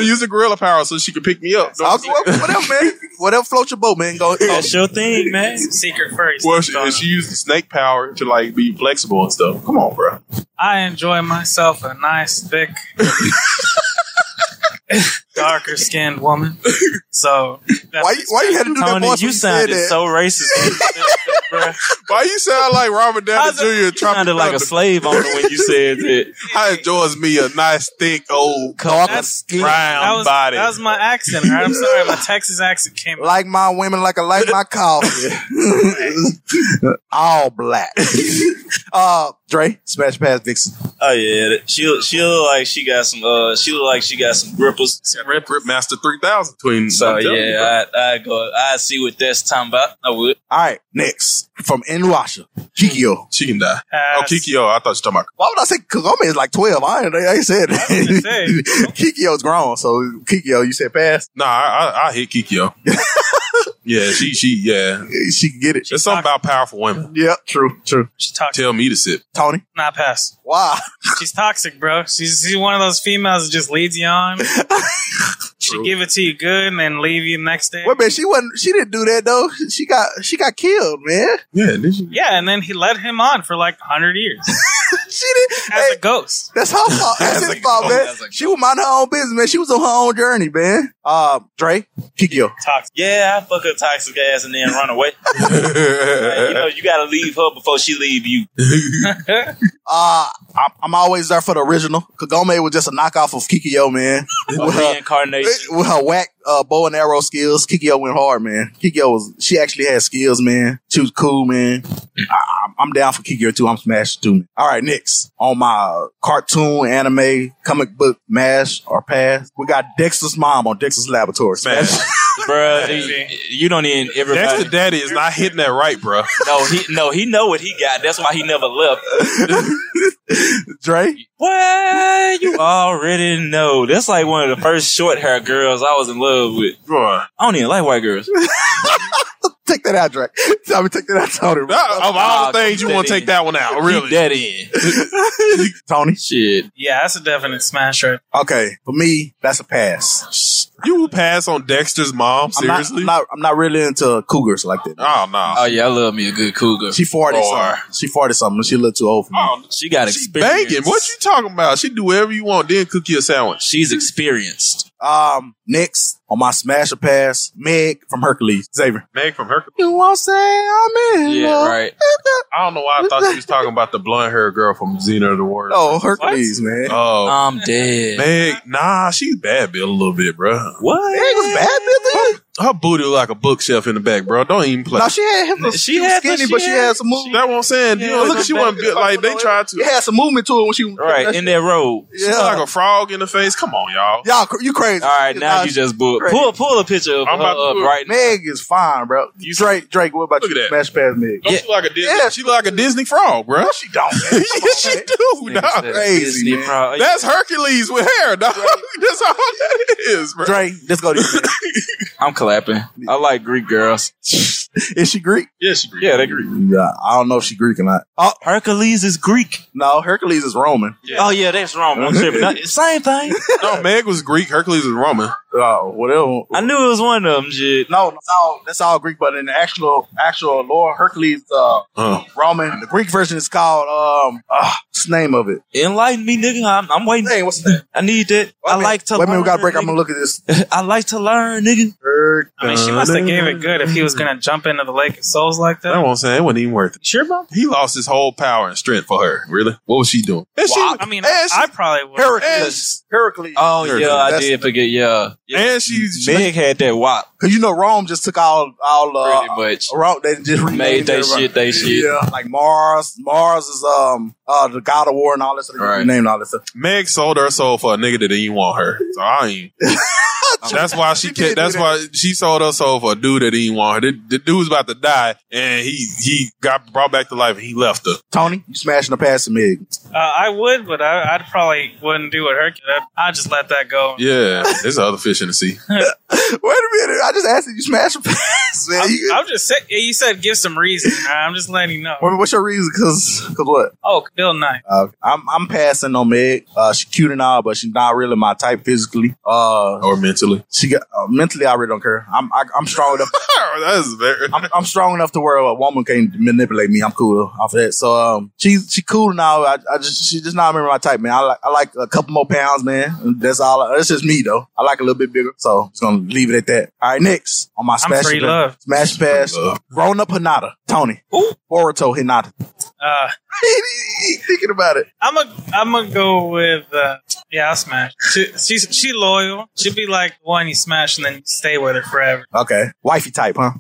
I: use the gorilla power so she can pick me up.
L: I'll go up- whatever,
I: <laughs>
L: man. Whatever floats your boat, man. Go.
K: <laughs> that's your thing, man.
J: Secret first.
I: Well, she, and she used the snake power to like be flexible and stuff. Come on, bro.
J: <laughs> I enjoy myself a nice,
K: <laughs>
J: thick, darker skinned woman. So that's
L: Why you- why you had to do that
K: Tony,
L: voice
K: you
L: when you said
K: sounded
L: that?
K: so racist.
I: Why you sound like Robert Downey Jr. and Tropic
K: sounded like a
I: Thunder?
K: slave owner when
I: <laughs>
K: you said that.
I: I enjoys me a nice thick old brown
J: that was,
I: body.
J: That was my accent. all right? I'm sorry, my Texas accent came.
L: Like my women, like I like my coffee. <laughs> All
I: <laughs>
L: black. uh, Dre, smash past Vixen.
K: Oh yeah, that- she look- she look like she got some. Uh, she look like she got some grippers.
I: Rip, Rip Master three thousand between.
K: So
I: I'm telling you, bro.
K: Uh, yeah, I, I go. I see what that's talking about. I would.
L: All right, next from Inwasha, Kikyo.
I: She can die. Oh, Kikyo, I thought you were talking about.
L: Why would I say Kagome is like twelve? I ain't, I ain't said it. <laughs> Kikyo's grown, so Kikyo, you said pass.
I: Nah, I, I, I hit Kikyo.
L: <laughs>
I: yeah, she, she, yeah,
L: she can get it.
I: It's something about powerful women.
L: Yep, true, true.
J: She talked.
I: Tell me to sit.
L: Tony,
J: Not pass.
L: Why?
J: She's toxic, bro. She's she's one of those females that just leads
L: <laughs>
J: you on. she give it to you good and then leave you the next day.
L: Wait, man, she wasn't. She didn't do that though. She got she got killed, man.
I: Yeah, did she?
J: Yeah, and then he led him on for like hundred years.
L: <laughs> she did
J: as a ghost.
L: That's her fault. That's his fault, man. She was minding her own business, man. She was on her own journey, man. Uh, Dre, Kikyo.
K: Toxic. Yeah, I fuck her toxic ass and then
I: <laughs>
K: run away. Like, you know, you gotta leave her before she
I: <laughs>
K: leave you. <laughs>
L: Uh, I'm, I'm always there for the original. Kagome was just a knockoff of Kikyo, <laughs> man.
K: A reincarnation.
L: with her whack uh, bow and arrow skills, Kikyo went hard, man. Kikyo was she actually had skills, man. She was cool, man. I, I'm- I'm down for Kikyo too. I'm smashed too. Man. All right, next on my uh, cartoon, anime, comic book, mash or pass, we got Dexter's mom on Dexter's Laboratory. Smash. <laughs>
K: Bruh, you don't even. Everybody.
I: Dexter Daddy is not hitting that right, bro.
K: No, he no, he know what he got. That's why he never left.
L: Dre,
K: Well,
L: <laughs>
K: you already know. That's like one of the first short hair girls I was in love with.
I: Bruh.
K: I don't even like white girls.
L: take that out, Dre. <laughs> Tell me, take that out, Tony.
I: of all the
K: Nah,
I: things, you
K: keep
I: want to
K: that
I: take
K: in.
I: that one out,
K: Keep
I: really?
K: that in.
L: Tony.
K: Shit.
J: Yeah, that's a definite smash right.
L: Okay, for me, that's a pass.
I: You will pass on Dexter's mom?
L: I'm not-
I: Seriously?
L: I'm not, I'm not really into cougars like that.
I: Oh no.
K: Oh yeah, I love me a good cougar.
L: She farted
K: Or-
L: something. She farted something. She looked too old for me.
K: She got
I: Oh, She
K: experience.
I: banging. What you talking about? She do whatever you want, then cook you a sandwich.
K: She's experienced.
L: Um, next on my smash or pass, Meg from Hercules. Xavier.
I: Meg from Hercules.
L: You won't say I'm in
I: Yeah,
L: love. <laughs>
I: right. I don't know why oh, I thought you was talking about the blonde haired girl from Xena the Warrior.
L: Oh, Hercules, man.
I: Oh,
K: I'm dead.
I: Meg, nah, she's bad Bill a little bit, bro.
K: What?
L: Meg was bad, bitch.
I: Her booty look like a bookshelf in the back, bro. Don't even play.
L: No, she had him. She, was
I: had-
L: skinny,
I: she
L: but she
I: had-
L: had some movement.
I: That's what I'm saying. you know, look, she wasn't built like they tried to.
L: It had some movement to it when she
K: Right in that road.
I: She look like a frog in the face. Come on, y'all.
L: Y'all, cr- you crazy?
K: All right, now you just bull-
L: crazy.
K: pull pull a picture of
I: I'm
K: her
I: about to
K: up
I: do it.
K: right now.
L: Meg is fine, bro. Drake, Drake, what about
I: Look
L: you?
I: at
L: Smash pass Meg.
I: Don't she like a Disney? Yeah, she like a Disney frog, bro.
L: No, she don't.
I: <laughs>
L: man. Come
I: yes, <laughs> she do.
L: Nigga
I: Dog.
L: said Crazy, Disney man. frog.
I: That's Hercules with hair, dog. <laughs> That's all that is, bro.
L: on. Drake, let's go. to you.
K: <laughs> I'm clapping. I like Greek girls.
L: Is she Greek?
I: Yeah, she Greek.
K: Yeah, they Greek.
L: Yeah, I don't know if she Greek or not. Oh,
K: Hercules is Greek.
L: No, Hercules is Roman.
K: Oh yeah, that's wrong. I'm
I: <laughs>
K: tripping. Not- Same thing.
I: No, Meg was Greek. Hercules was Roman.
L: Oh, whatever.
K: I knew it was one of them. Shit.
L: No, that's all, that's all Greek, but in the actual actual lore, Hercules uh,
I: Oh.
L: Roman. The Greek version is called um uh, what's the name of it?
K: Enlighten me, nigga. I'm, I'm waiting.
L: Hey, what's that?
K: I need that. I like to.
L: Wait a minute, we got a
K: learn,
L: break. I'm
K: nigga.
L: gonna look at this.
K: <laughs> I like to learn, nigga.
J: I mean, she must have gave it good if he was gonna jump into the lake of souls like that.
I: That won't say it wasn't even worth it.
J: Sure, bro.
I: He lost his whole power and strength for her. Really? What was she doing?
J: Well, I mean, I, I probably would.
L: Heracles. Uh, Heracles.
K: Oh yeah, I
L: That's-
K: did forget. Yeah,
I: and she's
K: Meg had that wop.
L: Cause you know Rome just took all all uh,
K: Pretty much.
L: Rome, they just renamed
K: Made they
L: everybody.
K: shit they shit.
L: Yeah, like Mars. Mars is um uh the god of war and all this. They
I: Right.
L: renamed all this. stuff.
I: Meg sold her soul for a nigga that didn't want her. So
L: <laughs>
I: I ain't. that's why she. Kept, that's why she sold her soul for a dude that didn't want her. The, the dude was about to die, and he he got brought back to life, and he left her.
L: Tony, you smashing the pass to Meg.
J: Uh, I would, but I, I'd probably wouldn't do what Hercules. I'd just let that go.
I: Yeah, there's other fish in the sea.
L: <laughs> Wait a minute, I just asked if you smash the <laughs> pass, <laughs> man.
J: I'm,
L: You-
J: I'm just saying. You said give some reason. all right? I'm just letting you know.
L: What- what's your reason? Cause, cause what?
J: Oh, Bill Nye.
L: Uh, I'm I'm passing on Meg. Uh, she cute and all, but she's not really my type physically. Uh,
I: or mentally.
L: She got uh, mentally. I really don't care. I'm I, I'm strong
I: <laughs>
L: enough.
I: that's very.
L: I'm, I'm strong enough to where a woman can manipulate me. I'm cool off of that. So um, she's she cool now. I, I just she just not remember my type, man. I like I like a couple more pounds, man. That's all. That's just me though. I like a little bit bigger, so it's gonna gonna leave it at that. All right, next on my
J: I'm
L: smash
J: free love.
L: smash pass, grown up Hinata, Tony, Boruto Hinata.
J: Uh,
L: <laughs> thinking about it.
J: I'm a I'm gonna go with uh, yeah. I'll smash. She she's she loyal. She'll be like one you smash and then you stay with her forever.
L: Okay, wifey type, huh?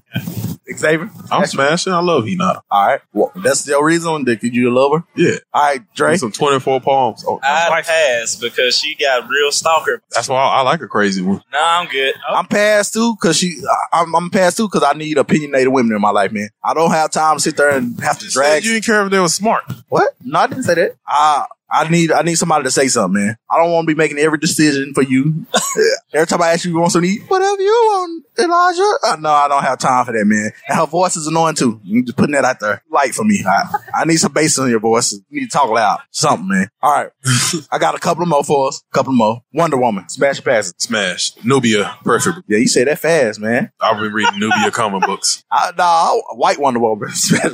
L: Xavier,
I: I'm smashing. I love Hinata.
L: All right, well, that's your reason. Did you love her? Yeah. All right, Dre.
I: Some 24 palms. Oh,
K: I pass because she got real stalker.
I: that's why I, I like a crazy one.
K: Nah, I'm good.
L: I'm past two because she. I- I'm, I'm past two because I need opinionated women in my life, man. I don't have time to sit there and have to drag. You
I: didn't care if they were smart.
L: What? No, I didn't say that. I I need I need somebody to say something, man. I don't want to be making every decision for you. <laughs> every time I ask you, you want something to eat? Whatever you want, Elijah. Uh, no, I don't have time for that, man. And her voice is annoying too. You just putting that out there, light for me. I, I need some bass on your voice. You need to talk loud, something, man. All
I: <laughs>
L: right, I got a couple of more for us. Couple more. Wonder Woman, smash passes.
I: Smash. Nubia, perfect.
L: Yeah, you say that fast, man.
I: I've been reading Nubia comic books.
L: <laughs> I, nah, I- white Wonder Woman, <laughs> smash pass.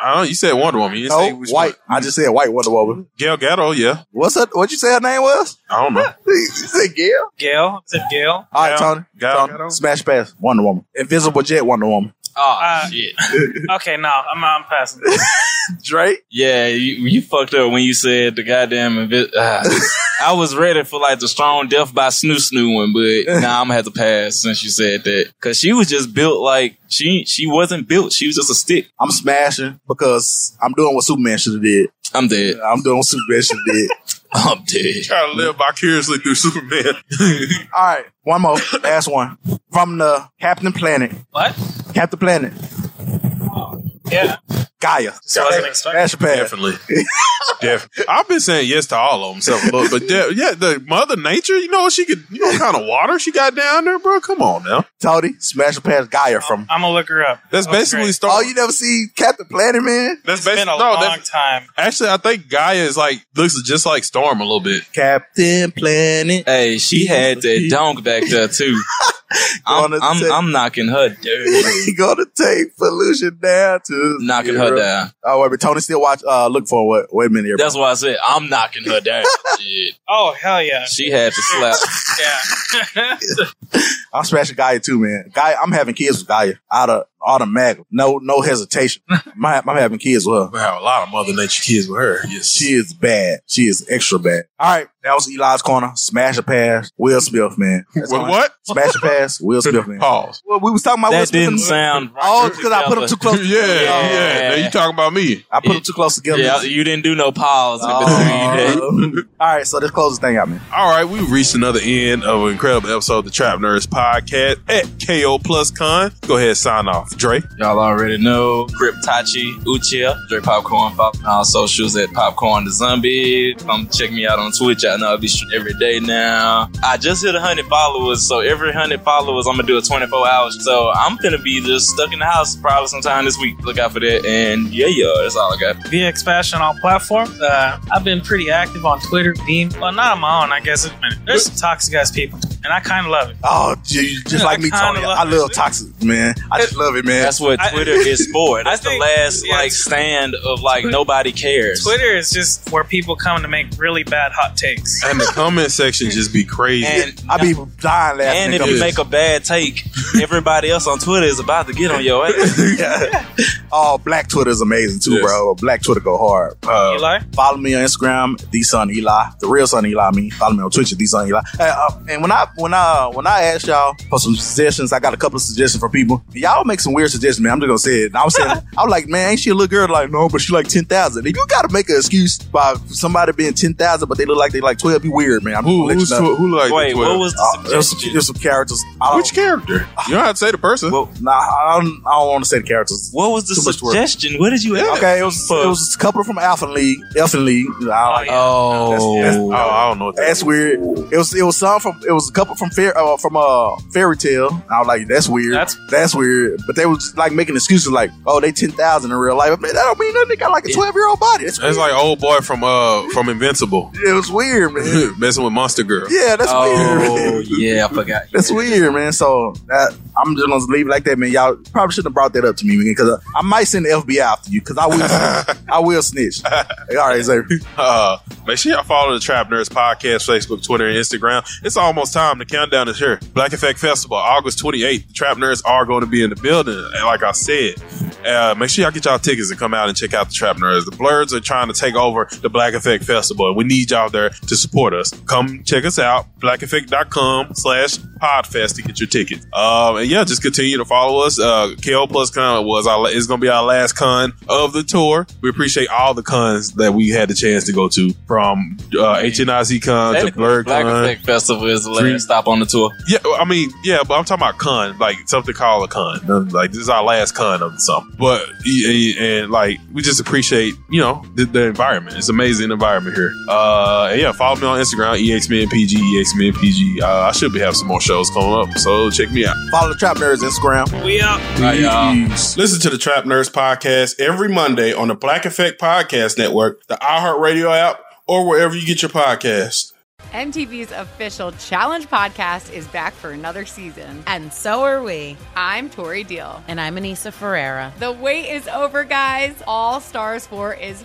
I: I don't know. You said Wonder Woman. You didn't say
L: No,
I: which
L: white. I just said white Wonder Woman.
I: Gail Gadot, Oh, yeah.
L: What's her, what you say her name was?
I: I don't know.
L: you said Gail?
J: Gail. Is it Gail?
L: All right, Tony. Tony. Smash pass. Wonder Woman. Invisible Jet. Wonder Woman.
K: Oh
L: <laughs>
K: shit.
J: Uh, <laughs> okay, no, I'm I'm passing.
L: Drake?
K: Yeah, you, you fucked up when you said the goddamn. Invi-
L: <laughs>
K: ah. I was ready for like the strong death by Snoo Snoo one,
L: <laughs>
K: but nah, I'm gonna have to pass since you said that because she was just built like she she wasn't built. She was just a stick.
L: I'm smashing because I'm doing what Superman should have did.
K: I'm dead.
L: I'm doing what Superman should
I: <laughs>
L: have did.
K: I'm dead.
I: Try to live vicariously through Superman. <laughs>
L: All right, one more. Last one. From the Captain Planet.
J: What?
L: Captain Planet.
J: Yeah.
L: Gaia. Smash pass.
I: Definitely. <laughs> Definitely. I've been saying yes to all of them, so, but, but de- yeah, the Mother Nature, you know, she could, you know, what kind of water she got down there, bro. Come on now.
L: Tony, smash pass Gaia from.
J: I'm gonna look her up.
I: That's basically Star.
L: Oh, you never see Captain Planet, man?
I: That's basically
J: uh, been a
I: no,
L: <laughs>
J: long
I: that's-
J: time.
I: Actually, I think Gaia is like looks just like Storm a little bit.
L: Captain Planet.
K: Hey, she had that donk back
L: <laughs>
K: there too. I'm, I'm, I'm knocking her down.
L: gonna take pollution down to
K: Knocking her down.
L: Oh wait, but Tony still watch. Uh, look for what? Wait a minute. everybody.
K: That's why I said I'm knocking
L: <laughs>
K: her down. Shit.
J: Oh hell yeah.
K: She had to slap.
J: <laughs> yeah.
L: <laughs> I'm smashing Gaia too, man. Gaia, I'm having kids with Gaia out of automatic, no, no
J: <laughs>
L: hesitation. I'm, ha- I'm having kids with her.
I: We have a lot of mother nature kids with her. Yes,
L: she is bad. She is extra bad. All right, that was Eli's corner. Smash a pass, Will Smith, <laughs> man. That's
I: What-
L: all I-
I: what?
L: Smash a pass, Will Smith, man.
I: Pause.
L: <laughs> Well, we was talking about
K: That
L: Will Smith.
K: didn't sound
L: Oh, because I put them too close.
I: <laughs> yeah, yeah. Now you talking about me?
L: I put them too close together.
K: Yeah, you didn't do no pause
L: Oh.
K: in between. that.
L: Um, All right, so let's close this thing out, man.
I: All right, we reached another end of an incredible episode of the Trap Nerds Podcast at KO Plus Con. Go ahead, sign off, Dre.
K: Y'all already know Cryptachi Uchiha, Dre Popcorn, Pop on all socials at Popcorn the Zombie. Come check me out on Twitch. I know I'll be streaming every day now. I just hit 100 followers, so every 100 followers, I'm gonna do a 24 hours. So I'm gonna be just stuck in the house probably sometime this week. Look out for that. And yeah, yeah, that's all I got.
J: VX Fashion on all platforms. Uh, I've been pretty active on Twitter, Beam. Well, not on my own, I guess. It's been, there's some toxic ass people, and I kind of love it.
L: Oh, j- just like me,
J: I kinda
L: Tony.
J: love
L: I love toxic, <laughs> man. I just love it, man.
K: That's what
J: <laughs>
K: Twitter is for. That's the last like stand of like nobody cares.
J: Twitter is just where people come to make really bad hot takes.
I: And the comment section just be crazy.
K: And-
L: I be dying laughing.
K: And
L: at
K: if
L: them
K: you
L: bitches.
K: make a bad take, everybody else on Twitter is about to get on your ass.
L: Oh, Black Twitter is amazing too, bro. Black Twitter go hard. Uh,
J: Eli?
L: follow me on Instagram, the son Eli, the real son Eli. I mean, follow me on Twitch, the son Eli. Hey, uh, and when I when I when I asked y'all for some suggestions, I got a couple of suggestions from people. Y'all make some weird suggestions, man. I'm just gonna say it. And I was saying, I was like, man, ain't she a little girl? Like, no, but she like ten thousand. If you gotta make an excuse by somebody being ten thousand, but they look like they like twelve, be weird, man. I'm who
I: who's tw- who look like Wait, they 12? what was the
L: uh, there's, some, there's some characters. Which
I: character? You don't have to say the person.
L: Well, nah, I don't, I don't want to say the characters.
K: What was the
L: Too much work.
K: suggestion? What did you ask?
L: Okay, it was it was a couple from Alpha League, Alpha League. I don't-
K: Oh,
L: That's- that's-
I: I don't know. What that
L: that's weird. It was it was some from it was a couple from fair uh, from uh fairy tale. I was like, that's weird. That's, weird. But they was like making excuses like, oh, they ten thousand in real life. Man, that don't mean nothing. They got like a twelve year old body. That's weird.
I: It's like old boy from uh from Invincible
L: it was weird, man.
I: <laughs> messing with Monster Girl.
L: Yeah, that's
K: Oh,
L: weird.
K: yeah, I forgot.
L: That's weird, man. So that, I'm just gonna leave it like that, man. Y'all probably shouldn't have brought that up to me, man, because I, I might send the FBI after you, because I will, I will snitch. All
I: <laughs>
L: right, Xavier.
I: Uh, make sure y'all follow the Trap Nerds Podcast, Facebook, Twitter, and Instagram. It's almost time time. The countdown is here. Black Effect Festival, August 28th. The Trap Nerds are going to be in the building. And like I said, uh, make sure y'all get y'all tickets and come out and check out the Trap Nerds. The Blurs are trying to take over the Black Effect Festival, and we need y'all there to support us. Come check us out, blackeffect.com slash podfest to get your tickets. Um, and yeah, just continue to follow us. Uh, KO Plus Con was our, is going to be our last con of the tour. We appreciate all the cons that we had the chance to go to from uh, HNIC Con to
K: Technically,
I: Blur
K: Black
I: Con.
K: Effect Festival is the last
I: Three-
K: stop on the tour.
I: Yeah, I mean, yeah, but I'm talking about con, like something called a con. Like this is our last con of something. But and, and, like we just appreciate, you know, the, the environment. It's an amazing environment here. Uh, and yeah, follow me on Instagram, E exmanpg, exmanpg. Uh, I should be have some more shows coming up, so check me out.
L: Follow the Trap Nerds Instagram.
R: We out.
I: Please
S: listen to the Trap Nurse podcast every Monday on the Black Effect Podcast Network, the iHeartRadio app, or wherever you get your podcasts.
C: MTV's official Challenge podcast is back for another season.
A: And so are we.
C: I'm Tori Deal.
A: And I'm Anissa Ferreira.
C: The wait is over, guys. All Stars 4 is